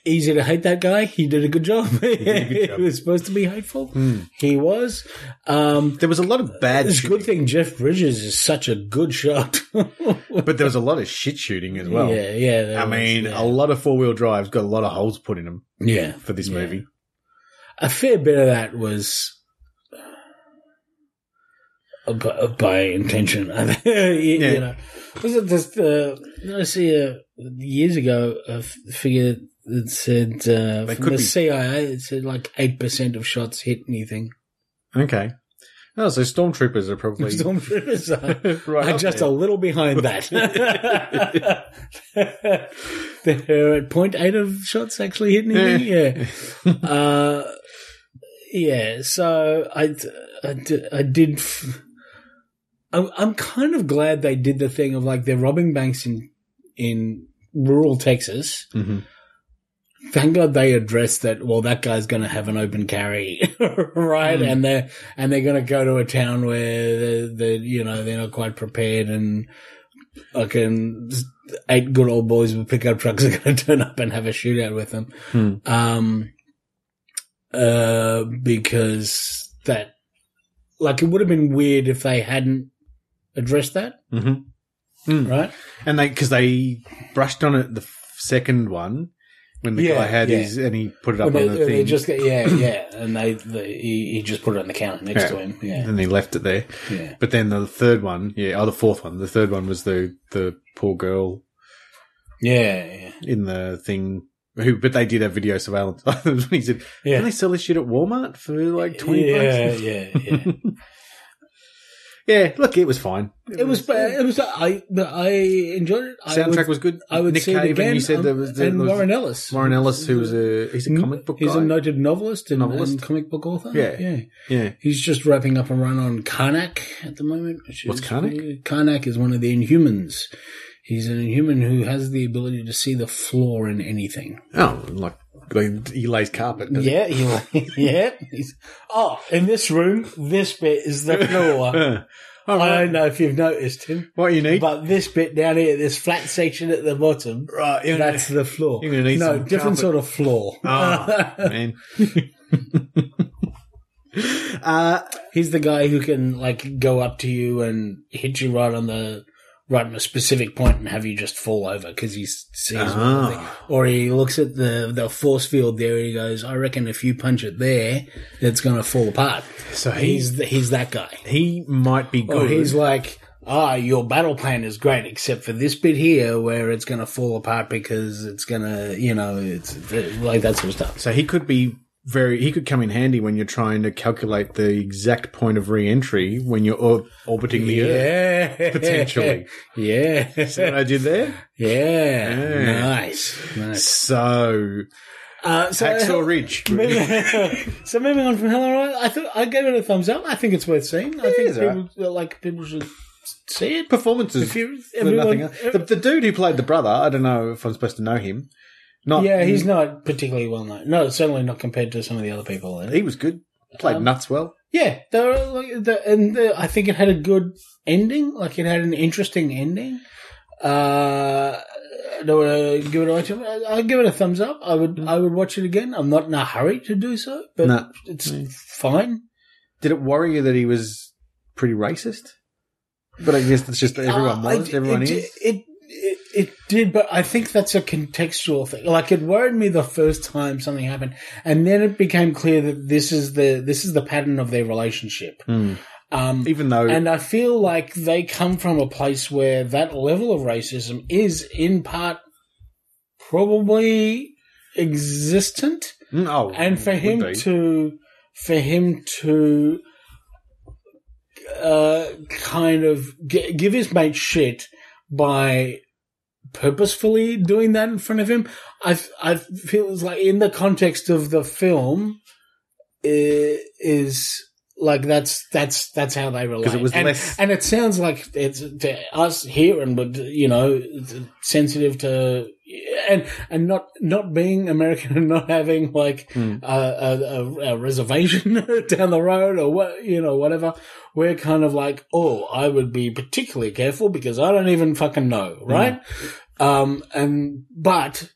S2: Easy to hate that guy. He did a good job. he,
S1: a good job.
S2: was supposed to be hateful.
S1: Hmm.
S2: He was. Um,
S1: There was a lot of bad,
S2: it's a good
S1: shooting,
S2: thing Jeff Bridges is such a good shot.
S1: but there was a lot of shit shooting as well.
S2: yeah, yeah. there
S1: I
S2: was,
S1: mean,
S2: yeah.
S1: a lot of four wheel drives got a lot of holes put in them
S2: yeah.
S1: for this
S2: Yeah.
S1: movie.
S2: a fair bit of that was uh, by, by intention. you, you
S1: Yeah.
S2: know, was it just uh, I see uh, years ago a f- figure that said uh,
S1: They
S2: from
S1: could
S2: the
S1: be.
S2: CIA it said like eight percent of shots hit anything.
S1: Okay. Oh, so stormtroopers are probably
S2: Stormtroopers are,
S1: right
S2: are
S1: up
S2: just
S1: there.
S2: a little behind that. They're at point eight of shots actually hit anything. yeah. uh, yeah. So I, d- I, d- I did. F- I'm, I'm kind of glad they did the thing of like they're robbing banks in in rural Texas.
S1: Mhm.
S2: Thank God they addressed that. Well, that guy's going to have an open carry, right?
S1: Mm.
S2: And they're and they're going to go to a town where they're, they're you know they're not quite prepared and fucking eight good old boys with pickup trucks are going to turn up and have a shootout with them.
S1: Hmm.
S2: Um, uh, because that, like, it would have been weird if they hadn't addressed that.
S1: Mhm. Mm.
S2: right?
S1: And they because they brushed on it the f- second one when the
S2: Yeah,
S1: guy had
S2: yeah.
S1: his and he put it up
S2: Well,
S1: on
S2: they,
S1: the
S2: they
S1: thing
S2: just get yeah, yeah, and they, they he, he just put it on the counter next
S1: Yeah.
S2: to him. Yeah,
S1: and he left it there.
S2: yeah.
S1: But then the third one, yeah, oh, the fourth one, the third one was the the poor girl
S2: Yeah, yeah,
S1: in the thing. Who, but they did have video surveillance. when he said,
S2: yeah.
S1: "Can they sell this shit at Walmart for like twenty
S2: yeah,
S1: bucks?"
S2: yeah, yeah.
S1: Yeah, look, it was fine.
S2: it was, it was. I, I enjoyed it. I
S1: soundtrack
S2: would,
S1: was good.
S2: I would
S1: Nick
S2: say it
S1: Cave,
S2: again.
S1: and you said
S2: um,
S1: there was, there
S2: and
S1: was
S2: Warren
S1: Warren,
S2: Ellis. Mm-hmm.
S1: Ellis, who was a he's a comic book
S2: He's
S1: guy.
S2: a noted novelist and,
S1: Novelist.
S2: and comic book author.
S1: Yeah.
S2: yeah.
S1: yeah,
S2: He's just wrapping up a run on Karnak at the moment. Which
S1: What's
S2: is
S1: Karnak?
S2: pretty- Karnak is one of the Inhumans. He's an Inhuman who has the ability to see the flaw in anything.
S1: oh, like like, he lays carpet. doesn't he?
S2: Yeah, he, yeah. He's, oh, in this room, this bit is the floor.
S1: Uh, all
S2: I don't
S1: right.
S2: know if you've noticed him,
S1: What you need?
S2: but this bit down here, this flat section at the bottom,
S1: right, you
S2: that's the floor.
S1: You're gonna need
S2: no,
S1: some carpet.
S2: different sort of floor.
S1: Ah, man. uh,
S2: He's the guy who can like go up to you and hit you right on the right on a specific point and have you just fall over because he s- sees one thing.
S1: Ah.
S2: Or he looks at the the force field there and he goes, "I reckon if you punch it there, it's going to fall apart."
S1: so he's
S2: He's th- he's that guy.
S1: he might be good.
S2: Or Oh, he's like, "Ah, your battle plan is great, except for this bit here where it's going to fall apart because it's going to, you know, it's like that sort of stuff."
S1: so he could be very. He could come in handy when you're trying to calculate the exact point of re-entry when you're or- orbiting the Earth.
S2: Yeah,
S1: Potentially.
S2: Yeah,
S1: See what I did there?
S2: Yeah,
S1: Yeah.
S2: nice. nice.
S1: So,
S2: Uh, so,
S1: Hacksaw Ridge.
S2: so moving on from Hell on Earth, I thought I gave it a thumbs up. I think it's worth seeing. I think
S1: is
S2: people like people should see it.
S1: Performances.
S2: If you-
S1: for nothing
S2: everyone-
S1: else. The, the dude who played the brother, I don't know if I'm supposed to know him. Not,
S2: yeah, he's not particularly well known. No, certainly not compared to some of the other people. in it.
S1: He was good. Played
S2: Um,
S1: nuts well.
S2: Yeah, they're like, the and the, I think it had a good ending. Like it had an interesting ending. Uh, do I give it a watch? I'll give it a thumbs up. I would, I would watch it again. I'm not in a hurry to do so, but
S1: Mm. No. Mm.
S2: it's fine.
S1: Did it worry you that he was pretty racist? But I guess it's just that everyone
S2: Uh,
S1: was,
S2: it-
S1: everyone
S2: it,
S1: is.
S2: It, it it did, but I think that's a contextual thing. Like it worried me the first time something happened, and then it became clear that this is the this is the pattern of their relationship.
S1: Hmm.
S2: Um,
S1: Even though,
S2: and I feel like they come from a place where that level of racism is in part probably existent
S1: Mm, oh,
S2: and for
S1: would
S2: him
S1: be.
S2: to for him to uh kind of g- give his mate shit by purposefully doing that in front of him i i feel it's like in the context of the film i- is like that's that's that's how they relate
S1: it was
S2: and,
S1: less-
S2: and it sounds like it's to us here and but you know sensitive to and and not not being American and not having like
S1: Hmm.
S2: a, a, a, a reservation down the road or what you know whatever we're kind of like oh I would be particularly careful because I don't even fucking know right um and but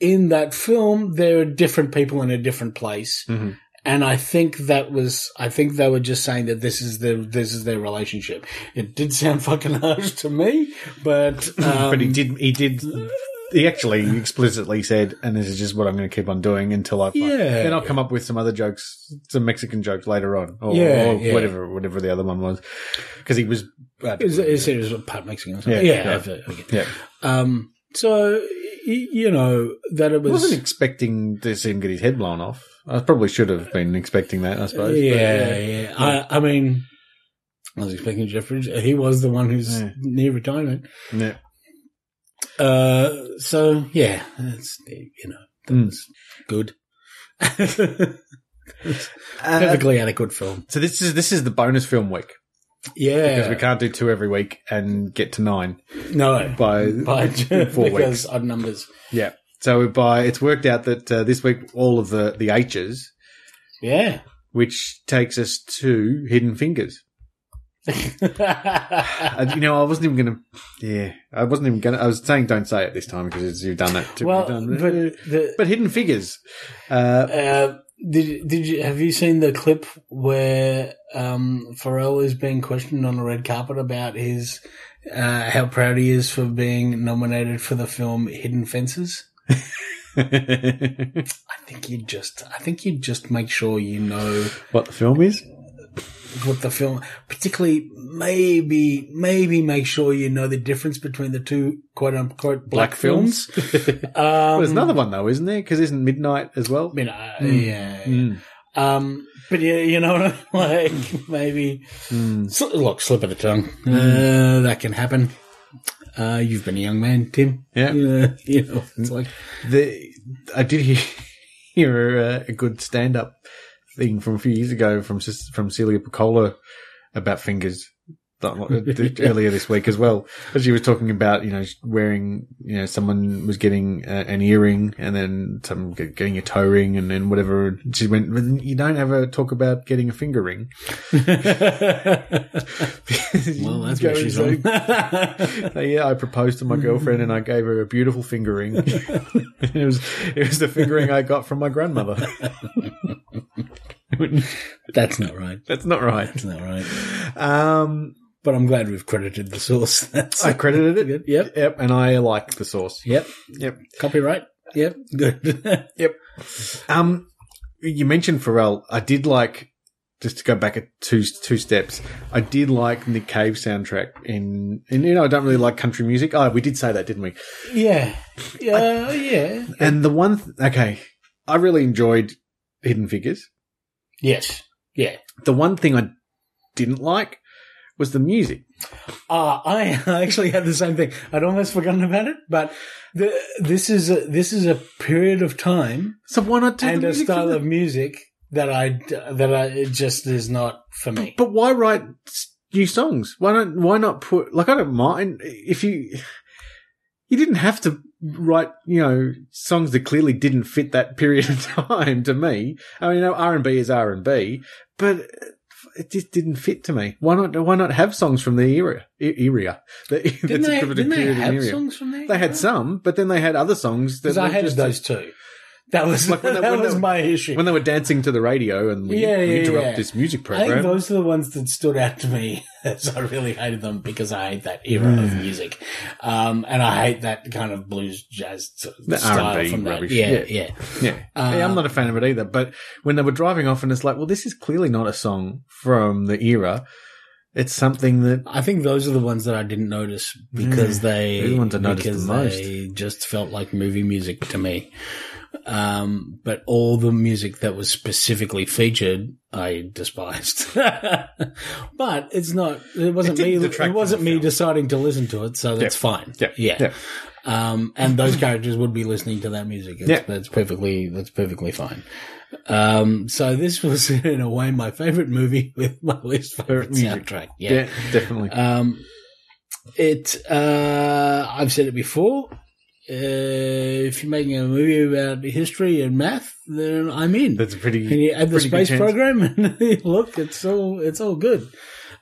S2: in that film there are different people in a different place
S1: Mhm.
S2: and I think that was I think they were just saying that this is their this is their relationship it did sound fucking harsh to me but um,
S1: but he did. He did. He actually explicitly said, "And this is just what I'm going to keep on doing until I." Find.
S2: Yeah.
S1: Then I'll come up with some other jokes, some Mexican jokes later on, or,
S2: Yeah,
S1: or
S2: yeah.
S1: whatever, whatever the other one was, because he was. uh,
S2: Is it, is it, is it part Mexican or something?
S1: Yeah,
S2: Yeah.
S1: yeah.
S2: okay, okay.
S1: yeah,
S2: Um, so, y- you know, that it
S1: I
S2: was.
S1: wasn't expecting to see him get his head blown off. I probably should have been expecting that, I suppose. but,
S2: yeah, yeah. I, I mean, I was expecting Jeff Bridges. He was the one who's
S1: Yeah.
S2: near retirement.
S1: yeah.
S2: Uh, so, yeah, that's, you know, that
S1: Mm.
S2: was good.
S1: Uh,
S2: Perfectly adequate film.
S1: So this is this is the bonus film week
S2: Yeah.
S1: because we can't do two every week and get to nine
S2: No.
S1: by
S2: But
S1: four
S2: because
S1: weeks.
S2: odd numbers.
S1: Yeah. So by it's worked out that uh, this week all of the the H's,
S2: Yeah.
S1: which takes us to Hidden Fingers. Uh, you know, I wasn't even gonna. Yeah, I wasn't even gonna. I was saying don't say it this time because it's- you've done that. Too,
S2: well,
S1: you've done-
S2: but the,
S1: but Hidden Figures. Uh,
S2: Uh, did did you have you seen the clip where um, Pharrell is being questioned on the red carpet about his uh, how proud he is for being nominated for the film Hidden Fences. I think you just, I think you just make sure you know
S1: what the film is?
S2: what the film, particularly maybe, maybe make sure you know the difference between the two quote unquote black, films.
S1: Well,
S2: Um,
S1: There's another one though, isn't there? Because isn't Midnight as well?
S2: I mean, I,
S1: Mm.
S2: yeah.
S1: Mm.
S2: Um, but yeah, you know what I mean? Like, maybe.
S1: Mm.
S2: Sl- look, slip of the tongue. Uh, that can happen. Uh, you've been a young man, Tim.
S1: Yeah.
S2: Uh, you know, it's like,
S1: The, I did hear, hear a, a good stand up thing from a few years ago from Cis- from Celia Piccola about fingers that- that- earlier this week as well. But she was talking about you know wearing you know someone was getting a, an earring and then some get- getting a toe ring and then whatever. She went, "Well, you don't ever talk about getting a finger ring.
S2: well, that's where she's on.
S1: So, Uh, yeah, I proposed to my girlfriend and I gave her a beautiful finger ring. it was it was the finger ring I got from my grandmother.
S2: That's not right.
S1: That's not right.
S2: That's not right.
S1: Um,
S2: But I'm glad we've credited the source. That's
S1: I credited it.
S2: Yep.
S1: Yep, and I liked the source.
S2: Yep.
S1: Yep.
S2: Copyright. Yep. Good.
S1: Um, you mentioned Pharrell. I did like just to go back a two two steps. I did like Nick Cave soundtrack in, and you know I don't really like country music. Oh, we did say that, didn't we?
S2: yeah. Yeah. oh, yeah.
S1: And the one, th- okay, I really enjoyed Hidden Figures.
S2: Yes. Yeah.
S1: The one thing I didn't like was the music.
S2: Ah, I actually had the same thing. I'd almost forgotten about it, but the, this is a, this is a period of time
S1: So why not take
S2: and
S1: the
S2: a
S1: music from
S2: style
S1: the-
S2: of music that I d- that I it just is not for me.
S1: But why write s- new songs? Why don't why not put like I don't mind if you you didn't have to write you know songs that clearly didn't fit that period of time to me. I mean, you know R and B is R and B, but it just didn't fit to me. Why not why not have songs from the era e- era that
S2: Didn't
S1: that's
S2: they,
S1: attributed
S2: didn't
S1: to
S2: they
S1: an
S2: have
S1: era.
S2: songs from there?
S1: They had some, but then they had other songs that
S2: Because I
S1: were
S2: hated
S1: just-
S2: those two. That was
S1: Like when they-
S2: that
S1: when they-
S2: was my issue.
S1: when they were dancing to the radio and we,
S2: Yeah,
S1: we
S2: yeah,
S1: interrupt
S2: yeah.
S1: this music
S2: I think
S1: program.
S2: those are the ones that stood out to me. so I really hated them because I hate that era of
S1: Mm.
S2: music, um, and I hate that kind of blues jazz sort of
S1: The
S2: style
S1: R&B
S2: from that.
S1: rubbish.
S2: Yeah,
S1: Yeah.
S2: yeah,
S1: Yeah.
S2: Uh,
S1: Yeah, I'm not a fan of it either. But when they were driving off, and it's like, well, this is clearly not a song from the era. It's something that
S2: I think those are the ones that I didn't notice because they
S1: Hmm. They're the ones I noticed
S2: because
S1: the most.
S2: they just felt like movie music to me. Um, but all the music that was specifically featured, I despised. but it's not. It wasn't
S1: It
S2: me.
S1: didn't detract
S2: It
S1: from
S2: wasn't
S1: the
S2: me
S1: film.
S2: deciding to listen to it, so that's fine. yeah. Um, and those characters would be listening to that music. It's,
S1: Yeah.
S2: That's perfectly, that's perfectly fine. Um, so this was in a way my favorite movie with my least favorite
S1: Music.
S2: soundtrack.
S1: yeah,
S2: Yeah.
S1: definitely.
S2: Um, it, uh, I've said it before. Uh, if you're making a movie about history and math, then I'm in.
S1: That's
S2: and
S1: pretty.
S2: you add the
S1: pretty good
S2: space
S1: chance.
S2: program and look, it's all, it's all good.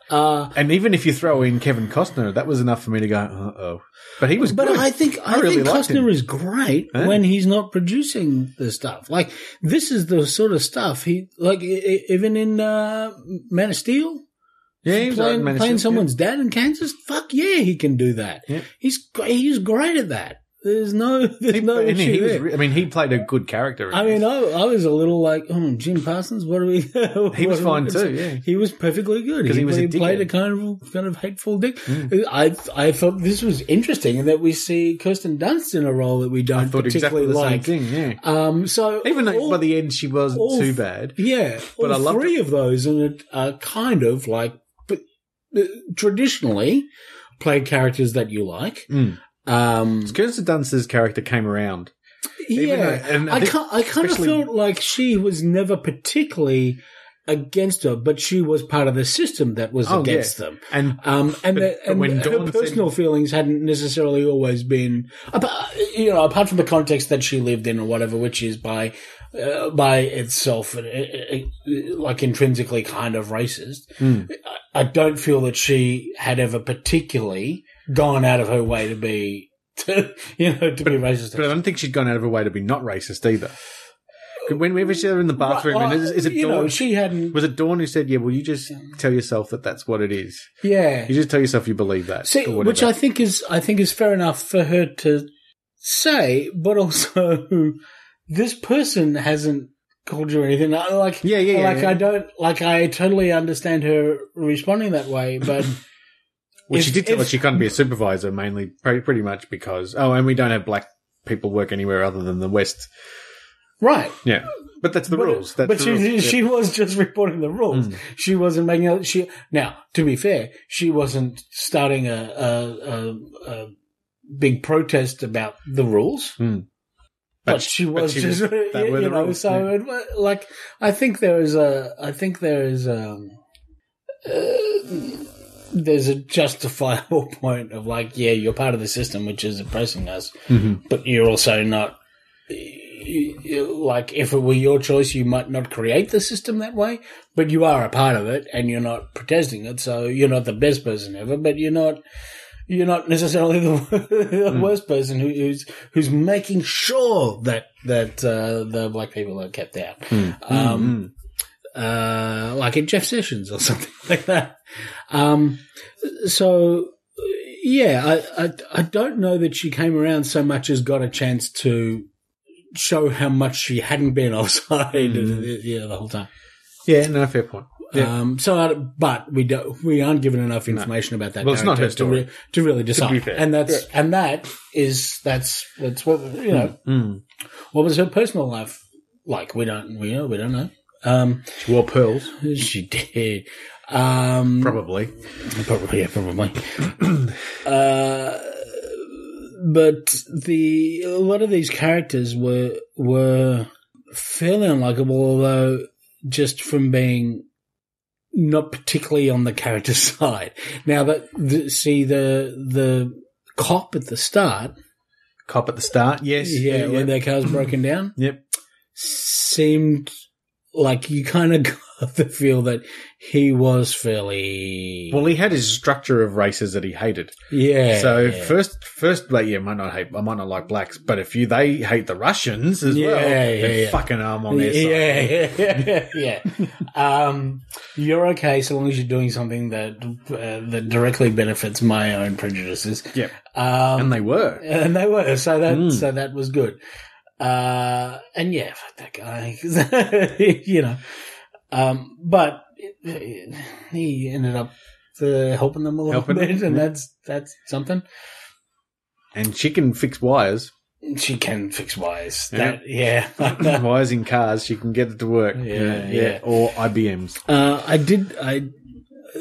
S2: Uh,
S1: And even if you throw in Kevin Costner, that was enough for me to go, uh oh. But he was
S2: But
S1: good.
S2: I think I,
S1: I really
S2: think
S1: liked
S2: Costner
S1: him. Eh?
S2: is great
S1: Yeah.
S2: when he's not producing the stuff. Like this is the sort of stuff he like e- e- even in uh, Man of Steel.
S1: yeah, he was
S2: playing,
S1: Iron Man,
S2: playing
S1: yeah.
S2: someone's dad in Kansas. Fuck yeah, he can do that.
S1: Yeah.
S2: He's gr- he's great at that. There's no there's
S1: He-
S2: no
S1: and
S2: issue
S1: he was,
S2: there.
S1: re- I mean, he played a good character. in
S2: I mean,
S1: this.
S2: I, I was a little like, oh, Jim Parsons. What are we?
S1: he was
S2: what are
S1: fine
S2: we-
S1: too. Yeah,
S2: he was perfectly good
S1: 'Cause he was a
S2: played, played a
S1: dickhead. Mm.
S2: kind of kind of hateful dick. I I thought this was interesting, and that we see Kirsten Dunst in a role that we don't
S1: I thought exactly
S2: particularly
S1: the
S2: like.
S1: same thing. Yeah,
S2: Um, so
S1: even though
S2: all-
S1: by the end she wasn't
S2: all-
S1: too bad.
S2: yeah,
S1: But
S2: all
S1: I loved
S2: three of those, and it are kind of like but, uh, traditionally play characters that you like.
S1: Mm.
S2: Um,
S1: Kirsten Dunst's character came around. Even
S2: yeah,
S1: though- and I
S2: I,
S1: think
S2: ca- I kind of
S1: especially-
S2: felt like she was never particularly against her, but she was part of the system that was
S1: Oh,
S2: against them.
S1: And
S2: Um, and
S1: But-
S2: the,
S1: but
S2: and
S1: when
S2: her
S1: Dawn said-
S2: personal feelings hadn't necessarily always been, apa- you know, apart from the context that she lived in or whatever, which is by uh, by itself, uh, uh, uh, like intrinsically kind of racist.
S1: Mm.
S2: I, I don't feel that she had ever particularly gone out of her way to be, to, you know, to be racist.
S1: But I don't think she'd gone out of her way to be not racist either. Whenever she's in the bathroom,
S2: Well,
S1: and is, is it
S2: you
S1: Dawn?
S2: know, she hadn't.
S1: was it Dawn who said, "Yeah, well, you just tell yourself that that's what it is.
S2: yeah.
S1: You just tell yourself you believe that."
S2: See,
S1: or
S2: which I
S1: whatever.
S2: think is I think is fair enough for her to say, but also this person hasn't called you anything. I- Like,
S1: Yeah, yeah, yeah,
S2: like
S1: yeah.
S2: I don't like I totally understand her responding that way, but
S1: Well, she
S2: if-
S1: did tell
S2: if-
S1: us she couldn't be a supervisor mainly, pre- pretty much because oh, and we don't have black people work anywhere other than the West.
S2: right.
S1: Yeah, but that's the
S2: but,
S1: rules. That's
S2: but
S1: the
S2: she
S1: rules.
S2: she was just reporting the rules.
S1: Mm.
S2: She wasn't making out. She now, to be fair, she wasn't starting a a, a, a big protest about the rules.
S1: Mm.
S2: But,
S1: But
S2: she
S1: but
S2: was
S1: she was-
S2: just you,
S1: that were the
S2: you know.
S1: rules, Hmm.
S2: So
S1: yeah.
S2: it wa- like, I think there is a. I think there is um. Uh, there's a justifiable point of like, yeah, you're part of the system which is oppressing us,
S1: Mm-hmm.
S2: but you're also not you- you- like if it were your choice you might not create the system that way but you are a part of it and you're not protesting it so you're not the best person ever but you're not you're not necessarily the, the worst person who, who's who's making sure that that uh, the black people are kept out um uh like in jeff sessions or something like that um so yeah, I, I I don't know that she came around so much as got a chance to show how much she hadn't been offside, you know, the whole time.
S1: yeah, no, fair point. Yeah.
S2: Um, so, I, but we don't we aren't given enough information about that.
S1: Well, it's not
S2: character
S1: her story.
S2: to, re- to really decide,
S1: be fair.
S2: and that's and that is that's that's what you know.
S1: Mm.
S2: What was her personal life like? We don't we know we don't know. Um,
S1: She wore pearls,
S2: she did. Um,
S1: probably.
S2: Probably, yeah, probably. uh, but the a lot of these characters were were fairly unlikable, although just from being not particularly on the character side. Now that the, see the the cop at the start,
S1: Cop at the start, yes.
S2: yeah, when their car's broken down,
S1: Yep.
S2: seemed like you kind of got the feel that he was fairly
S1: Well, he had his structure of races that he hated.
S2: yeah.
S1: so
S2: yeah.
S1: first, first, like, yeah, I might not hate, I might not like blacks, but if you they hate the Russians as well,
S2: Yeah, yeah,
S1: then
S2: yeah.
S1: fucking arm on their side.
S2: yeah, yeah, yeah, yeah. um, you're okay so long as you're doing something that uh, that directly benefits my own prejudices.
S1: Yep.
S2: Um,
S1: And they were.
S2: and they were so that
S1: Mm.
S2: so that was good. Uh, and yeah, fuck that guy, you know. Um, but he ended up uh, helping them a little
S1: Helping
S2: bit,
S1: them,
S2: and
S1: yeah.
S2: that's that's something.
S1: And she can fix wires,
S2: She can fix wires.
S1: Yeah.
S2: That yeah.
S1: wires in cars. She can get it to work.
S2: Yeah, yeah.
S1: Or IBMs.
S2: Uh, I did. I uh,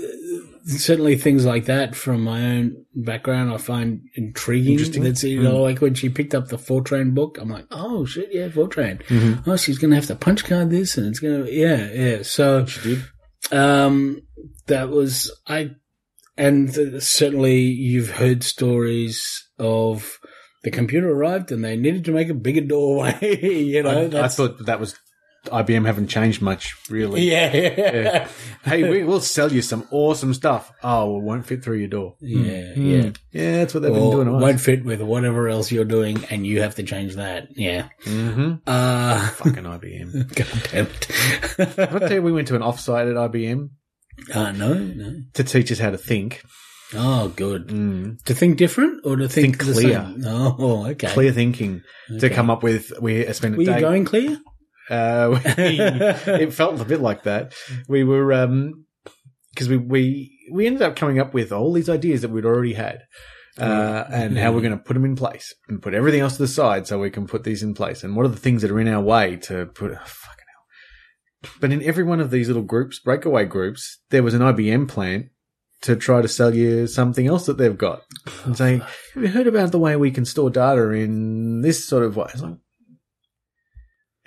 S2: certainly things like that from my own background. I find intriguing.
S1: Interesting. Hmm.
S2: That's you know, like when she picked up the Fortran book. I'm like, oh shit, yeah, Fortran.
S1: Mhm.
S2: Oh, she's gonna have to punch card this, and it's gonna, yeah, yeah. So
S1: She did.
S2: um, that was I, and th- certainly you've heard stories of. The computer arrived and they needed to make a bigger doorway. you know,
S1: I, I thought that was IBM haven't changed much, really.
S2: yeah,
S1: Yeah.
S2: yeah,
S1: Hey, we, we'll sell you some awesome stuff. Oh, well, it won't fit through your door.
S2: yeah,
S1: Hmm.
S2: yeah.
S1: Yeah, that's what they've
S2: or
S1: been doing.
S2: won't fit with whatever else you're doing, and you have to change that. Yeah.
S1: Mm-hmm.
S2: Uh,
S1: Fucking IBM.
S2: God damn
S1: Did I
S2: it.
S1: tell you we went to an offsite at IBM
S2: uh, no, no.
S1: to teach us how to think?
S2: Oh, good.
S1: Mm.
S2: To think different or to think,
S1: Think
S2: the
S1: clear.
S2: same? Oh, okay.
S1: Clear thinking to
S2: Okay.
S1: come up with. We spent a
S2: Were you
S1: day.
S2: going clear?
S1: Uh, we- it felt a bit like that. We were um because we we we ended up coming up with all these ideas that we'd already had. Uh,
S2: Mm-hmm.
S1: and how we're going to put them in place and put everything else to the side so we can put these in place. And what are the things that are in our way to put, oh, fucking hell. But in every one of these little groups, breakaway groups, there was an IBM plant to try to sell you something else that they've got.
S2: Oh,
S1: And saying, have you heard about the way we can store data in this sort of way? It's like-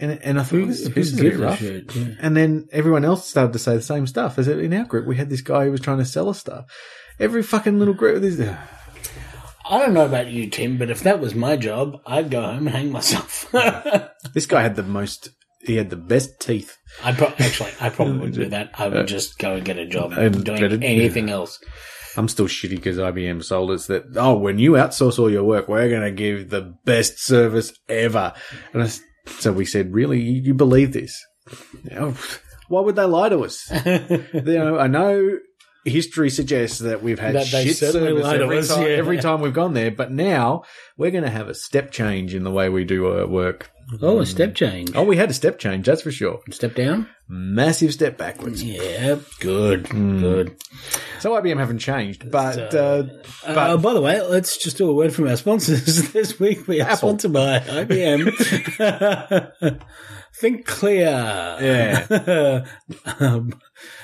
S1: and, and I thought, this is, this is a bit
S2: gives
S1: rough.
S2: shit? Yeah.
S1: And then everyone else started to say the same stuff. As in our group, we had this guy who was trying to sell us stuff. Every fucking little group. This,
S2: I don't know about you, Tim, but if that was my job, I'd go home and hang myself. I
S1: this guy had the most. He had the best teeth.
S2: pro- actually, I probably wouldn't do that. I would just go and get a job
S1: And
S2: doing
S1: dreaded-
S2: anything else.
S1: I'm still shitty because IBM sold us that. Oh, when you outsource all your work, we're going to give the best service ever. And I, s- So we said, really, you, you believe this? Oh, why would they lie to us?
S2: yeah,
S1: you know, I know history suggests that we've had
S2: That they
S1: shit
S2: certainly
S1: service
S2: lie to
S1: every,
S2: us,
S1: time,
S2: yeah.
S1: every time we've gone there, but now we're going to have a step change in the way we do our work.
S2: oh, a step change.
S1: Oh, we had a step change, that's for sure.
S2: Step down?
S1: Massive step backwards.
S2: Mm. Yeah, good,
S1: Mm.
S2: good.
S1: So IBM haven't changed, but uh,
S2: So- uh, by the way, let's just do a word from our sponsors. this week we are
S1: Apple.
S2: sponsored by IBM. Think clear. Yeah. um,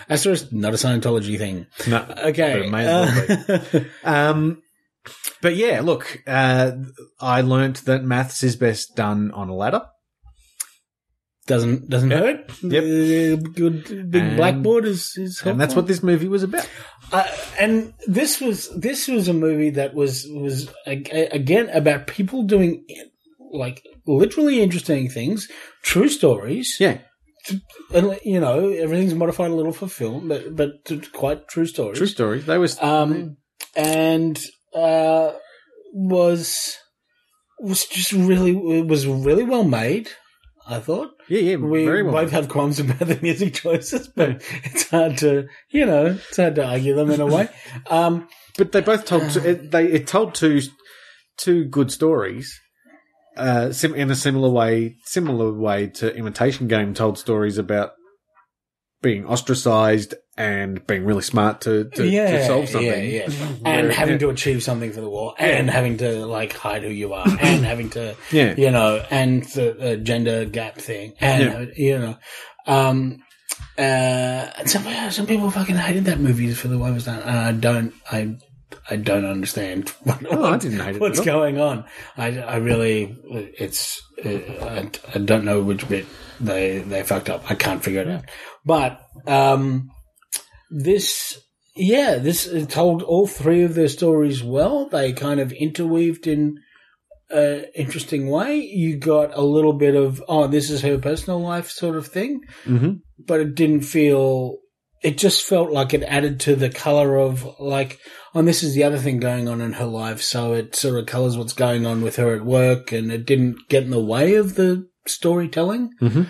S2: asterisk, not a Scientology thing.
S1: no,
S2: Okay.
S1: But may as
S2: Uh,
S1: Um, but yeah, look, uh, I learnt that maths is best done on a ladder.
S2: doesn't doesn't
S1: Yep.
S2: hurt. Uh, good big
S1: And-
S2: blackboard is is helpful.
S1: And that's what this movie was about.
S2: Uh, and this was this was a movie that was was ag- again about people doing like literally interesting things, true stories.
S1: Yeah.
S2: And, you know, everything's modified a little for film, but but t- quite true stories.
S1: True story. They was
S2: Um, and uh, was was just really it was really well made. I thought
S1: yeah, yeah,
S2: we
S1: very well. Mm.
S2: both have qualms about the music choices, but it's hard to you know it's hard to argue them in a way. Um,
S1: But they both told two, it, they it told two two good stories, uh, sim- in a similar way, similar way to Imitation Game told stories about being ostracized and being really smart to, to, to solve something.
S2: yeah, yeah. and
S1: Yeah.
S2: having to achieve something for the war, and having to like hide who you are, and having to
S1: Yeah.
S2: you know, and the uh, gender gap thing, and you know, um, uh, and some some people fucking hated that movie for the way it was done, and I don't, I, I don't understand what,
S1: Oh, I didn't hate it.
S2: what's
S1: at all.
S2: going on. I, I really, it's, uh, I, I don't know which bit they they fucked up. I can't figure it out. But um, this. Yeah, this uh, told all three of their stories well. They kind of interweaved in uh, interesting way. You got a little bit of oh, this is her personal life sort of thing,
S1: Mhm.
S2: but it didn't feel. It just felt like it added to the color of like, oh, this is the other thing going on in her life, so it sort of colors what's going on with her at work, and it didn't get in the way of the storytelling.
S1: Mhm.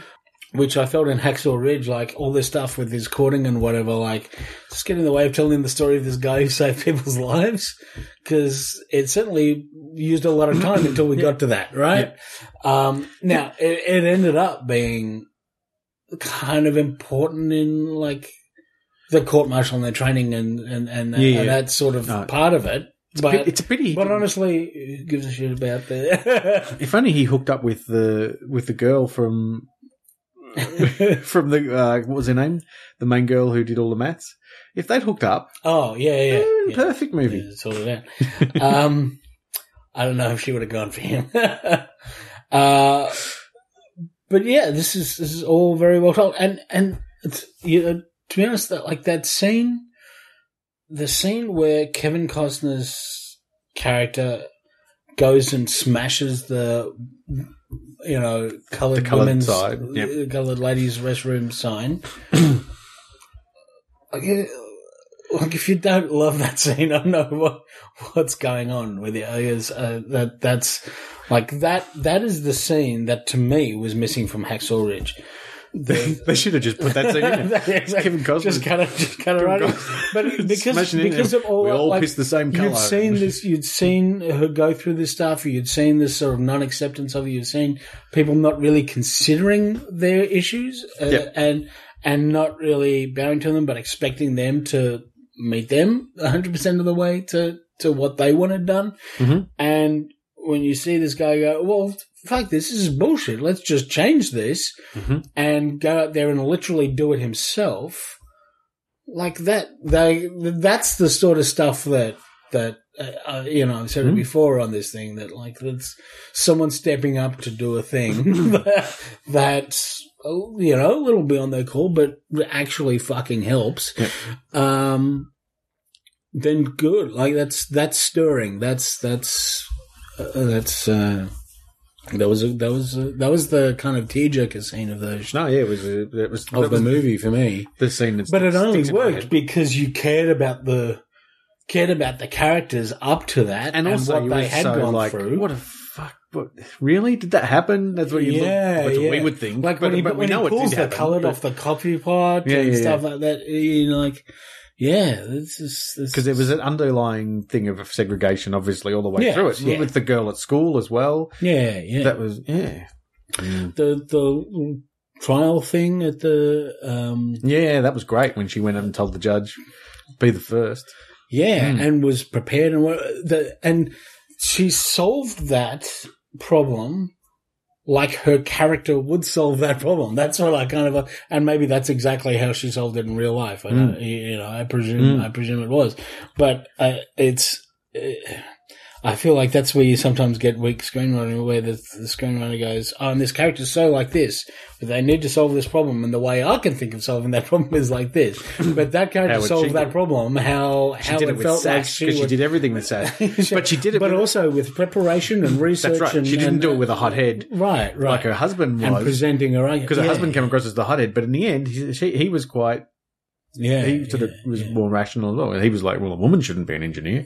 S2: Which I felt in Hacksaw Ridge, like all this stuff with his courting and whatever, like just get in the way of telling the story of this guy who saved people's lives because it certainly used a lot of time until we got to that, right? Um, now it, it ended up being kind of important in like the court martial and the training and and and, that-
S1: Yeah, yeah.
S2: and that sort of
S1: No.
S2: part of it. But
S1: It's a pity. he
S2: but
S1: didn't-
S2: honestly, who gives a shit about the
S1: if only he hooked up with the with the girl from from the uh, what was her name, the main girl who did all the maths. If they'd hooked up,
S2: oh yeah yeah,
S1: eh,
S2: yeah.
S1: perfect movie.
S2: Yeah, It's all about. um, I don't know if she would have gone for him. uh, but yeah, this is this is all very well told, and and it's, you know, to be honest, that like that scene, the scene where Kevin Costner's character goes and smashes the you know colored,
S1: The coloured
S2: women's
S1: side, yep.
S2: uh, colored ladies restroom sign. like, uh, like if you don't love that scene, I don't know what what's going on with the Is uh, that that's like that that is the scene that to me was missing from Hacksaw Ridge.
S1: They, they should have just put that scene in.
S2: Yeah, exactly.
S1: Kevin Costner.
S2: Just kind of, just kind
S1: Kevin
S2: of right. in.
S1: Costner.
S2: But because
S1: Smashing in
S2: because
S1: there.
S2: of all
S1: we
S2: that,
S1: all
S2: like,
S1: piss the same color.
S2: You'd seen this. You'd seen her go through this stuff. You'd seen this sort of non-acceptance of it. You've seen people not really considering their issues uh,
S1: Yep.
S2: and and not really bowing to them, but expecting them to meet them 100 percent of the way to to what they wanted done.
S1: Mhm.
S2: And when you see this guy go, well, fuck this, this is bullshit. Let's just change this
S1: Mhm.
S2: and go out there and literally do it himself. Like that, they that's the sort of stuff that that uh, uh, you know I've said it
S1: Mhm.
S2: before on this thing that like that's someone stepping up to do a thing that, that's oh, you know a little beyond their call, but actually fucking helps.
S1: Yep.
S2: Um, then good, like that's that's stirring. That's that's uh, that's. uh that was a, that was a, that was the kind of tearjerker scene of the
S1: No, yeah, it was a, it was,
S2: of
S1: that
S2: the
S1: was
S2: movie for me.
S1: the scene. That
S2: But it
S1: sticks
S2: only
S1: in my
S2: worked
S1: head.
S2: because you cared about the cared about the characters up to that
S1: and also
S2: what
S1: you
S2: they
S1: was
S2: had
S1: so
S2: gone
S1: like,
S2: through.
S1: what a fuck, but really, did that happen? That's what you
S2: Yeah,
S1: look, that's what we
S2: yeah.
S1: would think.
S2: Like
S1: but,
S2: when he,
S1: but
S2: when he
S1: did
S2: pulls the
S1: happen,
S2: colour
S1: but-
S2: off the coffee pot
S1: Yeah,
S2: and
S1: yeah,
S2: stuff like that, you know, like yeah, this is this
S1: because there was an underlying thing of segregation, obviously, all the way
S2: Yeah,
S1: through it.
S2: yeah.
S1: With the girl at school as well.
S2: yeah, yeah.
S1: That was, yeah. Mm.
S2: the the trial thing at the um
S1: Yeah, that was great when she went up and told the judge, be the first.
S2: yeah,
S1: Mm.
S2: and was prepared and what the and she solved that problem like her character would solve that problem. That's what I kind of and maybe that's exactly how she solved it in real life. I
S1: Hmm.
S2: don't- you, you know, I presume
S1: Mm.
S2: I presume it was, but uh, it's. Uh, I feel like that's where you sometimes get weak screenwriting, where the, the screenwriter goes, "Oh, and this character's so like this, but they need to solve this problem, and the way I can think of solving that problem is like this." But that character
S1: How would
S2: solved
S1: she
S2: that
S1: do it?
S2: problem. How
S1: She
S2: how
S1: did
S2: it,
S1: it with
S2: felt like
S1: sass
S2: she,
S1: because she
S2: would-
S1: did everything with sass. but she did it
S2: But
S1: with-
S2: also with preparation and research.
S1: That's right.
S2: And,
S1: She didn't
S2: and-
S1: do it with a hot head
S2: right, right.
S1: like her husband
S2: and
S1: was.
S2: presenting her
S1: Because her husband came across as the hot head, but in the end, he, she, he was quite,
S2: yeah,
S1: he sort
S2: yeah,
S1: of was more rational. as well. And he was like, well, a woman shouldn't be an engineer.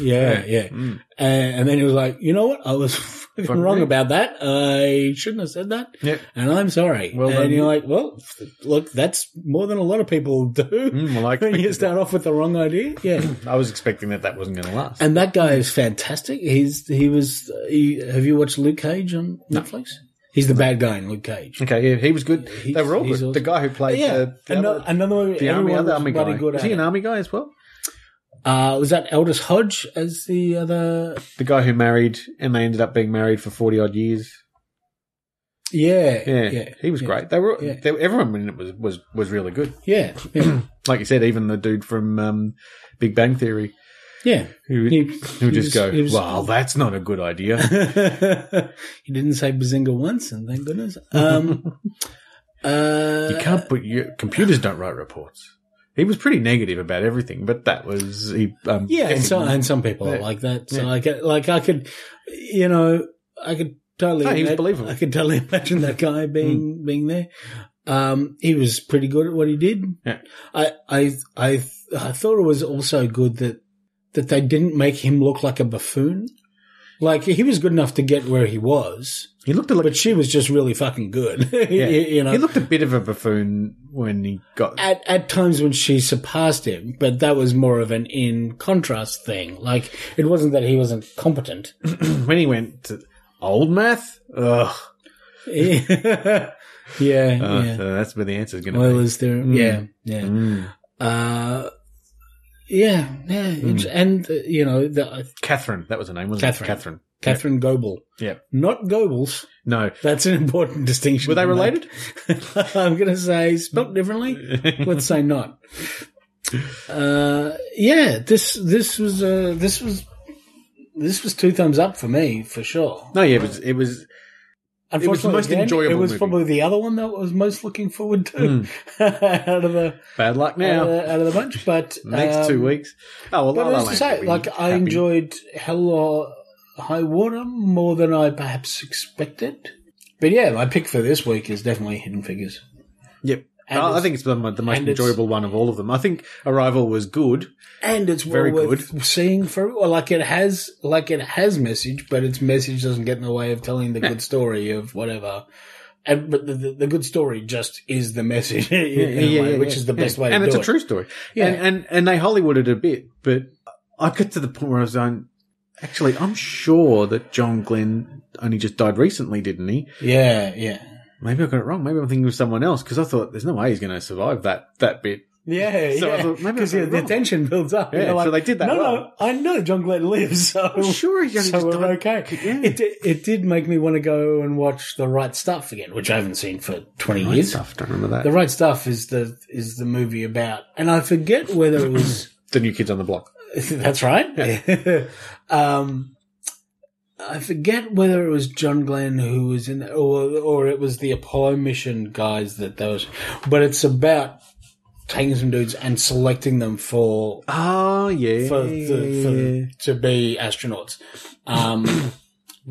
S2: yeah, yeah.
S1: Mm.
S2: And, and then he was like, you know what? I was fucking
S1: Fucking
S2: wrong
S1: right.
S2: about that. I shouldn't have said that.
S1: Yep.
S2: And I'm sorry.
S1: Well
S2: and
S1: done.
S2: you're like, well, look, that's more than a lot of people do.
S1: Mm, well, I
S2: when you
S1: expected
S2: start off with the wrong idea. Yeah.
S1: I was expecting that that wasn't going to last.
S2: and that guy is fantastic. He's, he was, he, have you watched Luke Cage on Netflix? He's the bad guy in Luke Cage.
S1: okay, yeah, he was good.
S2: He's-
S1: they were all good.
S2: he's
S1: The
S2: awesome.
S1: guy who played
S2: yeah.
S1: the, the,
S2: another,
S1: other,
S2: another one.
S1: the army,
S2: everyone
S1: other
S2: was
S1: army
S2: bloody
S1: guy.
S2: Good
S1: Was
S2: at
S1: he an
S2: it.
S1: army guy as well?
S2: Uh, was that Aldous Hodge as the other?
S1: The guy who married and they ended up being married for forty odd years.
S2: Yeah.
S1: Yeah, he was
S2: yeah.
S1: great. They were
S2: Yeah.
S1: they, everyone in it was, was was really good.
S2: Yeah. Yeah.
S1: Like you said, even the dude from um, Big Bang Theory
S2: yeah.
S1: who
S2: He-
S1: who
S2: he
S1: just
S2: was-
S1: go,
S2: he was-
S1: "Well, that's not a good idea."
S2: he didn't say Bazinga once, and thank goodness. Um, uh,
S1: you can't put your computers don't write reports. He was pretty negative about everything, but that was he. Um,
S2: yeah, and some
S1: everyone-
S2: and some people are
S1: Yeah.
S2: like that. So
S1: Yeah.
S2: I could, like I could, you know, I could totally.
S1: No, he was
S2: ima-
S1: believable. Mm.
S2: I could totally imagine that guy being being there. Um, he was pretty good at what he did.
S1: Yeah.
S2: I I I I thought it was also good that that they didn't make him look like a buffoon. Like he was good enough to get where he was,
S1: he looked a little
S2: but she was just really fucking good.
S1: Yeah.
S2: you, you know,
S1: He looked a bit of a buffoon when he got.
S2: at, at times when she surpassed him, but that was more of an in contrast thing. Like it wasn't that he wasn't competent.
S1: when he went to old math. Ugh. Uh,
S2: yeah, yeah.
S1: so that's where the answer's going to
S2: Well,
S1: be.
S2: is there? Yeah, yeah.
S1: Mm.
S2: Uh, yeah, yeah. It's- And uh, you know, the, uh,
S1: Catherine, that was her name, wasn't
S2: Catherine.
S1: it? Catherine.
S2: Catherine Goebel,
S1: Yeah.
S2: not Goebbels.
S1: No.
S2: That's an important distinction.
S1: Were they
S2: to
S1: related?
S2: make. I'm going to say spelt differently. let's say not. Uh, yeah, this this was uh, this was this was two thumbs up for me for sure.
S1: no, yeah, it was. It was
S2: Unfortunately,
S1: most
S2: again,
S1: enjoyable
S2: It was
S1: movie. Hmm.
S2: probably the other one that I was most looking forward to out of the
S1: bad luck now.
S2: out, of, the- out of the bunch. But
S1: Next
S2: Uh, um,
S1: two weeks. Oh well,
S2: But
S1: La La
S2: as I
S1: Land
S2: say,
S1: will be
S2: like I
S1: happy.
S2: enjoyed Hell or High Water more than I perhaps expected. But yeah, my pick for this week is definitely Hidden Figures.
S1: Yep.
S2: And
S1: I I
S2: it's-
S1: think it's the, mo- the most
S2: and it's-
S1: enjoyable one of all of them. I think Arrival was good.
S2: and it's
S1: Very
S2: very worth seeing for well, like it has like it has message, but its message doesn't get in the way of telling the good story of whatever. And but the, the, the good story just is the message, in a way, which is the best
S1: Yeah.
S2: way.
S1: And
S2: to
S1: it's
S2: do
S1: a
S2: it.
S1: true story.
S2: Yeah.
S1: And, and and they Hollywooded a bit, but I got to the point where I was going, actually, I'm sure that John Glenn only just died recently, didn't he?
S2: Yeah, yeah,
S1: Maybe I got it wrong. Maybe I'm thinking of someone else because I thought there's no way he's going to survive that that bit.
S2: yeah.
S1: So I thought, maybe
S2: because
S1: I'm
S2: the
S1: wrong.
S2: tension builds up.
S1: oh. Yeah,
S2: You're
S1: so they did that
S2: No,
S1: well."
S2: no, I know John Glenn lives, so
S1: I'm sure he's only
S2: so
S1: just
S2: we're
S1: died.
S2: okay.
S1: Yeah.
S2: It di- it did make me want to go and watch the right stuff again, which I haven't seen for twenty
S1: Right
S2: years.
S1: stuff. Don't remember that.
S2: The Right Stuff is the is the movie about, and I forget whether it was.
S1: the new kids on the block.
S2: that's right. um, I forget whether it was John Glenn who was in, or or it was the Apollo mission guys that those. But it's about taking some dudes and selecting them for
S1: Oh yeah.
S2: for, the, for to be astronauts. Um,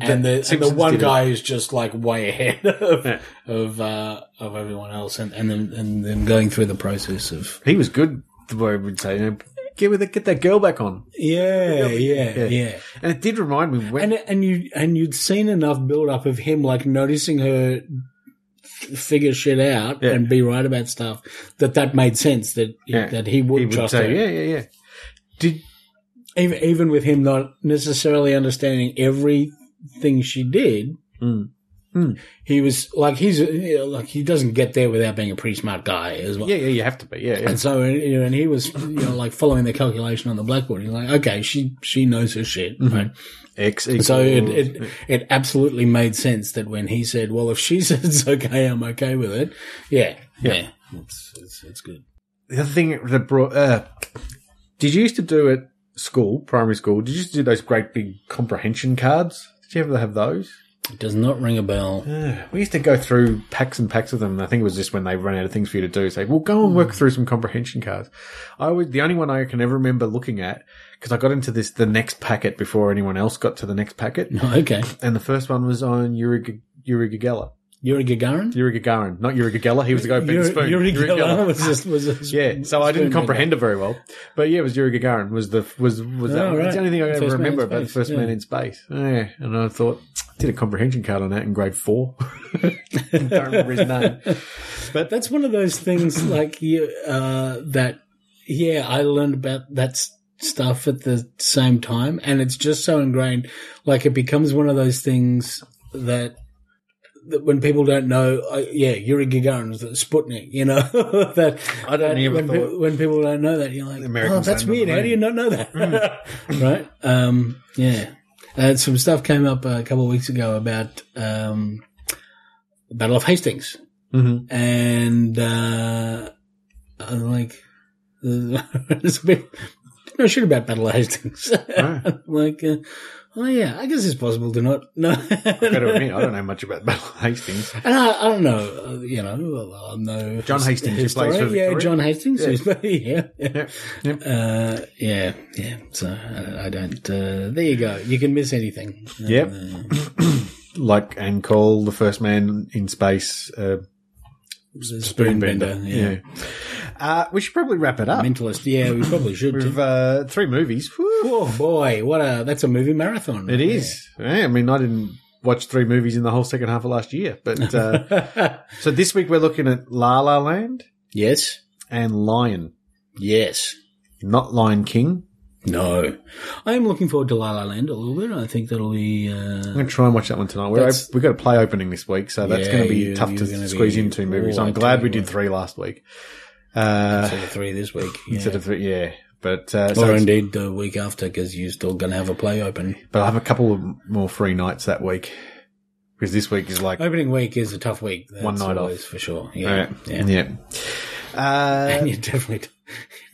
S2: and
S1: That
S2: the, and the
S1: Simpsons
S2: one
S1: did it.
S2: guy is just like way ahead of
S1: Yeah.
S2: of uh, of everyone else, and and then, and then going through the process of
S1: he was good. The way I would say. You know, get with it, get that girl back on.
S2: Yeah, yeah,
S1: Yeah.
S2: yeah.
S1: And it did remind me when
S2: And and you and you'd seen enough build up of him like noticing her f- figure shit out
S1: Yeah.
S2: and be right about stuff that that made sense that
S1: Yeah.
S2: that he would,
S1: he would
S2: trust her.
S1: say, "Yeah, yeah, yeah." Did
S2: even even with him not necessarily understanding everything she did,
S1: Mm.
S2: Hmm.
S1: Mm.
S2: he was like he's you know, like he doesn't get there without being a pretty smart guy as well.
S1: yeah, yeah, you have to be, yeah, yeah.
S2: And so uh, you know, and he was you know like following the calculation on the blackboard. He's like, okay, she she knows her shit,
S1: Mhm.
S2: right?
S1: X
S2: So
S1: equals-
S2: it, it it absolutely made sense that when he said, "Well, if she says it's okay, I'm okay with it," yeah,
S1: Yeah.
S2: yeah, It's, it's it's good.
S1: the other thing that brought. Uh, did you used to do at school, primary school? Did you used to do those great big comprehension cards? Did you ever have those?
S2: It does not ring a bell.
S1: Uh, we used to go through packs and packs of them. And I think it was just when they ran out of things for you to do. It's like, well, go and work through some comprehension cards. I was the only one I can ever remember looking at because I got into this the next packet before anyone else got to the next packet.
S2: No, okay,
S1: And the first one was on Yuri, G- Yuri Gagella.
S2: you're a Gagarin.
S1: Yuri Gagarin, not Yuri Gagella. He was the guy who bent the
S2: Yuri-
S1: spoon.
S2: Yuri
S1: Yuri
S2: Geller
S1: Geller.
S2: was just was a
S1: Yeah, so I didn't
S2: spoon
S1: comprehend it very well. But yeah, it was Yuri Gagarin was the was was that
S2: Oh,
S1: one. It's
S2: right.
S1: the only thing I
S2: First
S1: ever
S2: man in
S1: remember about the
S2: space,
S1: first man
S2: yeah.
S1: in space. Yeah, and I thought I did a comprehension card on that in grade four. Don't remember his name.
S2: But that's one of those things like you uh, that yeah, I learned about that s- stuff at the same time, and it's just so ingrained. Like it becomes one of those things that. That when people don't know, uh, yeah, Yuri Gagarin was Sputnik, you know that.
S1: I don't
S2: that
S1: even
S2: when,
S1: thought-
S2: pe- when people don't know that, you're like,
S1: The
S2: oh,
S1: Americans
S2: that's
S1: landed on
S2: weird.
S1: the Mm.
S2: How do you not know that? right? Um, yeah, and some stuff came up a couple of weeks ago about um, Battle of Hastings,
S1: Mm-hmm.
S2: and uh, I'm like, there's a bit, no shit about Battle of Hastings.
S1: Right.
S2: like, uh, oh yeah, I guess it's possible to not. No,
S1: Gotta admit, I don't know much about Battle of Hastings.
S2: And I, I don't know, uh, you know, well, I'm no
S1: John Hastings, who plays for
S2: historian. yeah,
S1: Victoria.
S2: John Hastings,
S1: Yeah.
S2: who's- yeah, yeah.
S1: Yep, yep.
S2: Uh, yeah, yeah. So I, I don't. Uh, there you go. You can miss anything.
S1: Yep.
S2: Uh,
S1: like and call the first man in space uh, spoon bender.
S2: Yeah.
S1: Yeah. Uh, we should probably wrap it up.
S2: Mentalist. Yeah, we probably should. do.
S1: We've uh, three movies. Whew.
S2: Oh boy, what a that's a movie marathon.
S1: It is. Yeah, I mean, I didn't watch three movies in the whole second half of last year. But uh, so this week we're looking at La La Land
S2: yes.
S1: and Lion,
S2: Yes.
S1: not Lion King.
S2: No. I am looking forward to La La Land a little bit. I think that'll be uh,
S1: I'm going to try and watch that one tonight. We're,
S2: That's-
S1: we've got a play opening this week, so that's
S2: Yeah,
S1: going to be
S2: you-
S1: tough
S2: you're
S1: to
S2: gonna
S1: squeeze
S2: be-
S1: in two movies.
S2: Oh,
S1: I'm
S2: I
S1: glad
S2: tell
S1: we
S2: you
S1: did
S2: what.
S1: three last week. Uh,
S2: sort of three this week.
S1: instead
S2: Yeah.
S1: of three, yeah. But uh, so
S2: Or
S1: it's-
S2: indeed the week after because you're still going to have a play open.
S1: but I have a couple of more free nights that week because this week is like
S2: Opening week is a tough week. That's
S1: One night off.
S2: always for sure. Oh, Yeah.
S1: yeah,
S2: Yeah.
S1: yeah. Uh,
S2: and you're definitely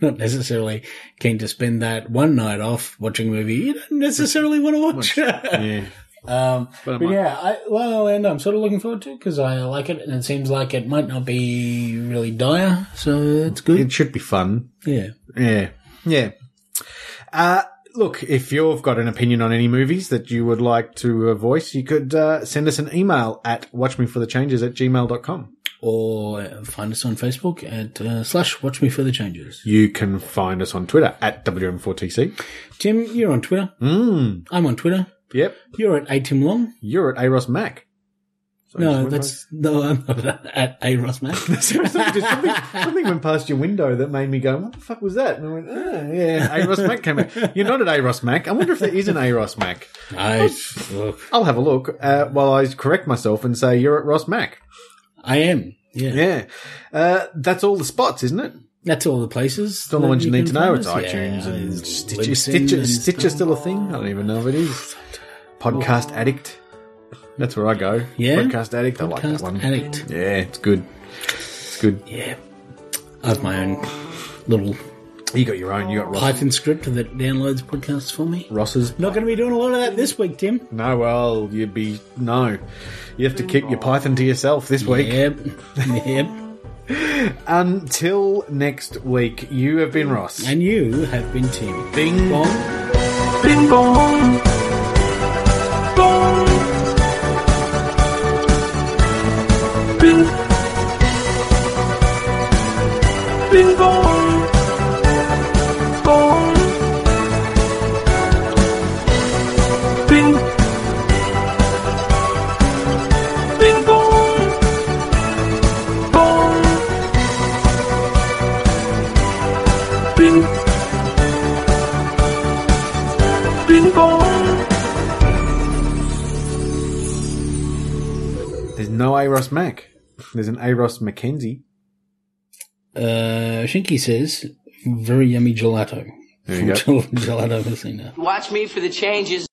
S2: not necessarily keen to spend that one night off watching a movie you don't necessarily want to watch.
S1: yeah.
S2: Um,
S1: But I
S2: but
S1: might-
S2: yeah, I, well, and I'm sort of looking forward to it because I like it, and it seems like it might not be really dire, so it's good.
S1: It should be fun.
S2: Yeah,
S1: Yeah. Yeah. Uh, look, if you've got an opinion on any movies that you would like to uh, voice, you could uh, send us an email at watchmeforthechanges at gmail.com.
S2: or uh, find us on Facebook at uh, slash Watch Me for the Changes.
S1: You can find us on Twitter at WM4TC.
S2: Tim, you're on Twitter.
S1: Mm.
S2: I'm on Twitter.
S1: Yep.
S2: You're at a Tim Long.
S1: You're at AROS Mac. So
S2: No,
S1: just went
S2: that's no, I'm not at a Ross Mac.
S1: past- Something, just- something, something went past your window that made me go, "What the fuck was that?" And I went, "Oh, yeah, AROS Mac came out." You're not at AROS Mac. I wonder if there is an AROS Mac.
S2: I, look,
S1: I'll have a look uh, while I correct myself and say you're at Ross Mac.
S2: I am. Yeah.
S1: Yeah. Uh, that's all the spots, isn't it?
S2: That's all the places.
S1: It's all the
S2: that
S1: ones you need to
S2: can
S1: know.
S2: find
S1: It's
S2: us.
S1: iTunes
S2: Yeah,
S1: and
S2: it's
S1: Stitcher.
S2: Libsyn
S1: Stitcher,
S2: and
S1: Stitcher
S2: stuff.
S1: still a thing? I don't even know if it is. Podcast Addict. That's where I go.
S2: Yeah?
S1: Podcast Addict. I like that
S2: Podcast
S1: one.
S2: Addict.
S1: Yeah, it's good. It's good.
S2: Yeah. I have my own little
S1: You got your own. You got Ross,
S2: Python script that downloads podcasts for me.
S1: Ross's.
S2: Not going to be doing a lot of that this week, Tim.
S1: No, well, you'd be. No. You have to keep your Python to yourself this week.
S2: Yep. yep.
S1: Until next week, you have been Ross.
S2: And you have been Tim.
S1: Bing
S2: Bong.
S3: Bing bong. Bong. Bing. Bing bong. Bong. bing. Bing bong.
S1: There's no A. Ross Mac. There's an A. Ross McKenzie.
S2: Uh, Shinky says, very yummy gelato.
S1: There you go.
S2: Gelato Messina.
S5: Watch me for the changes.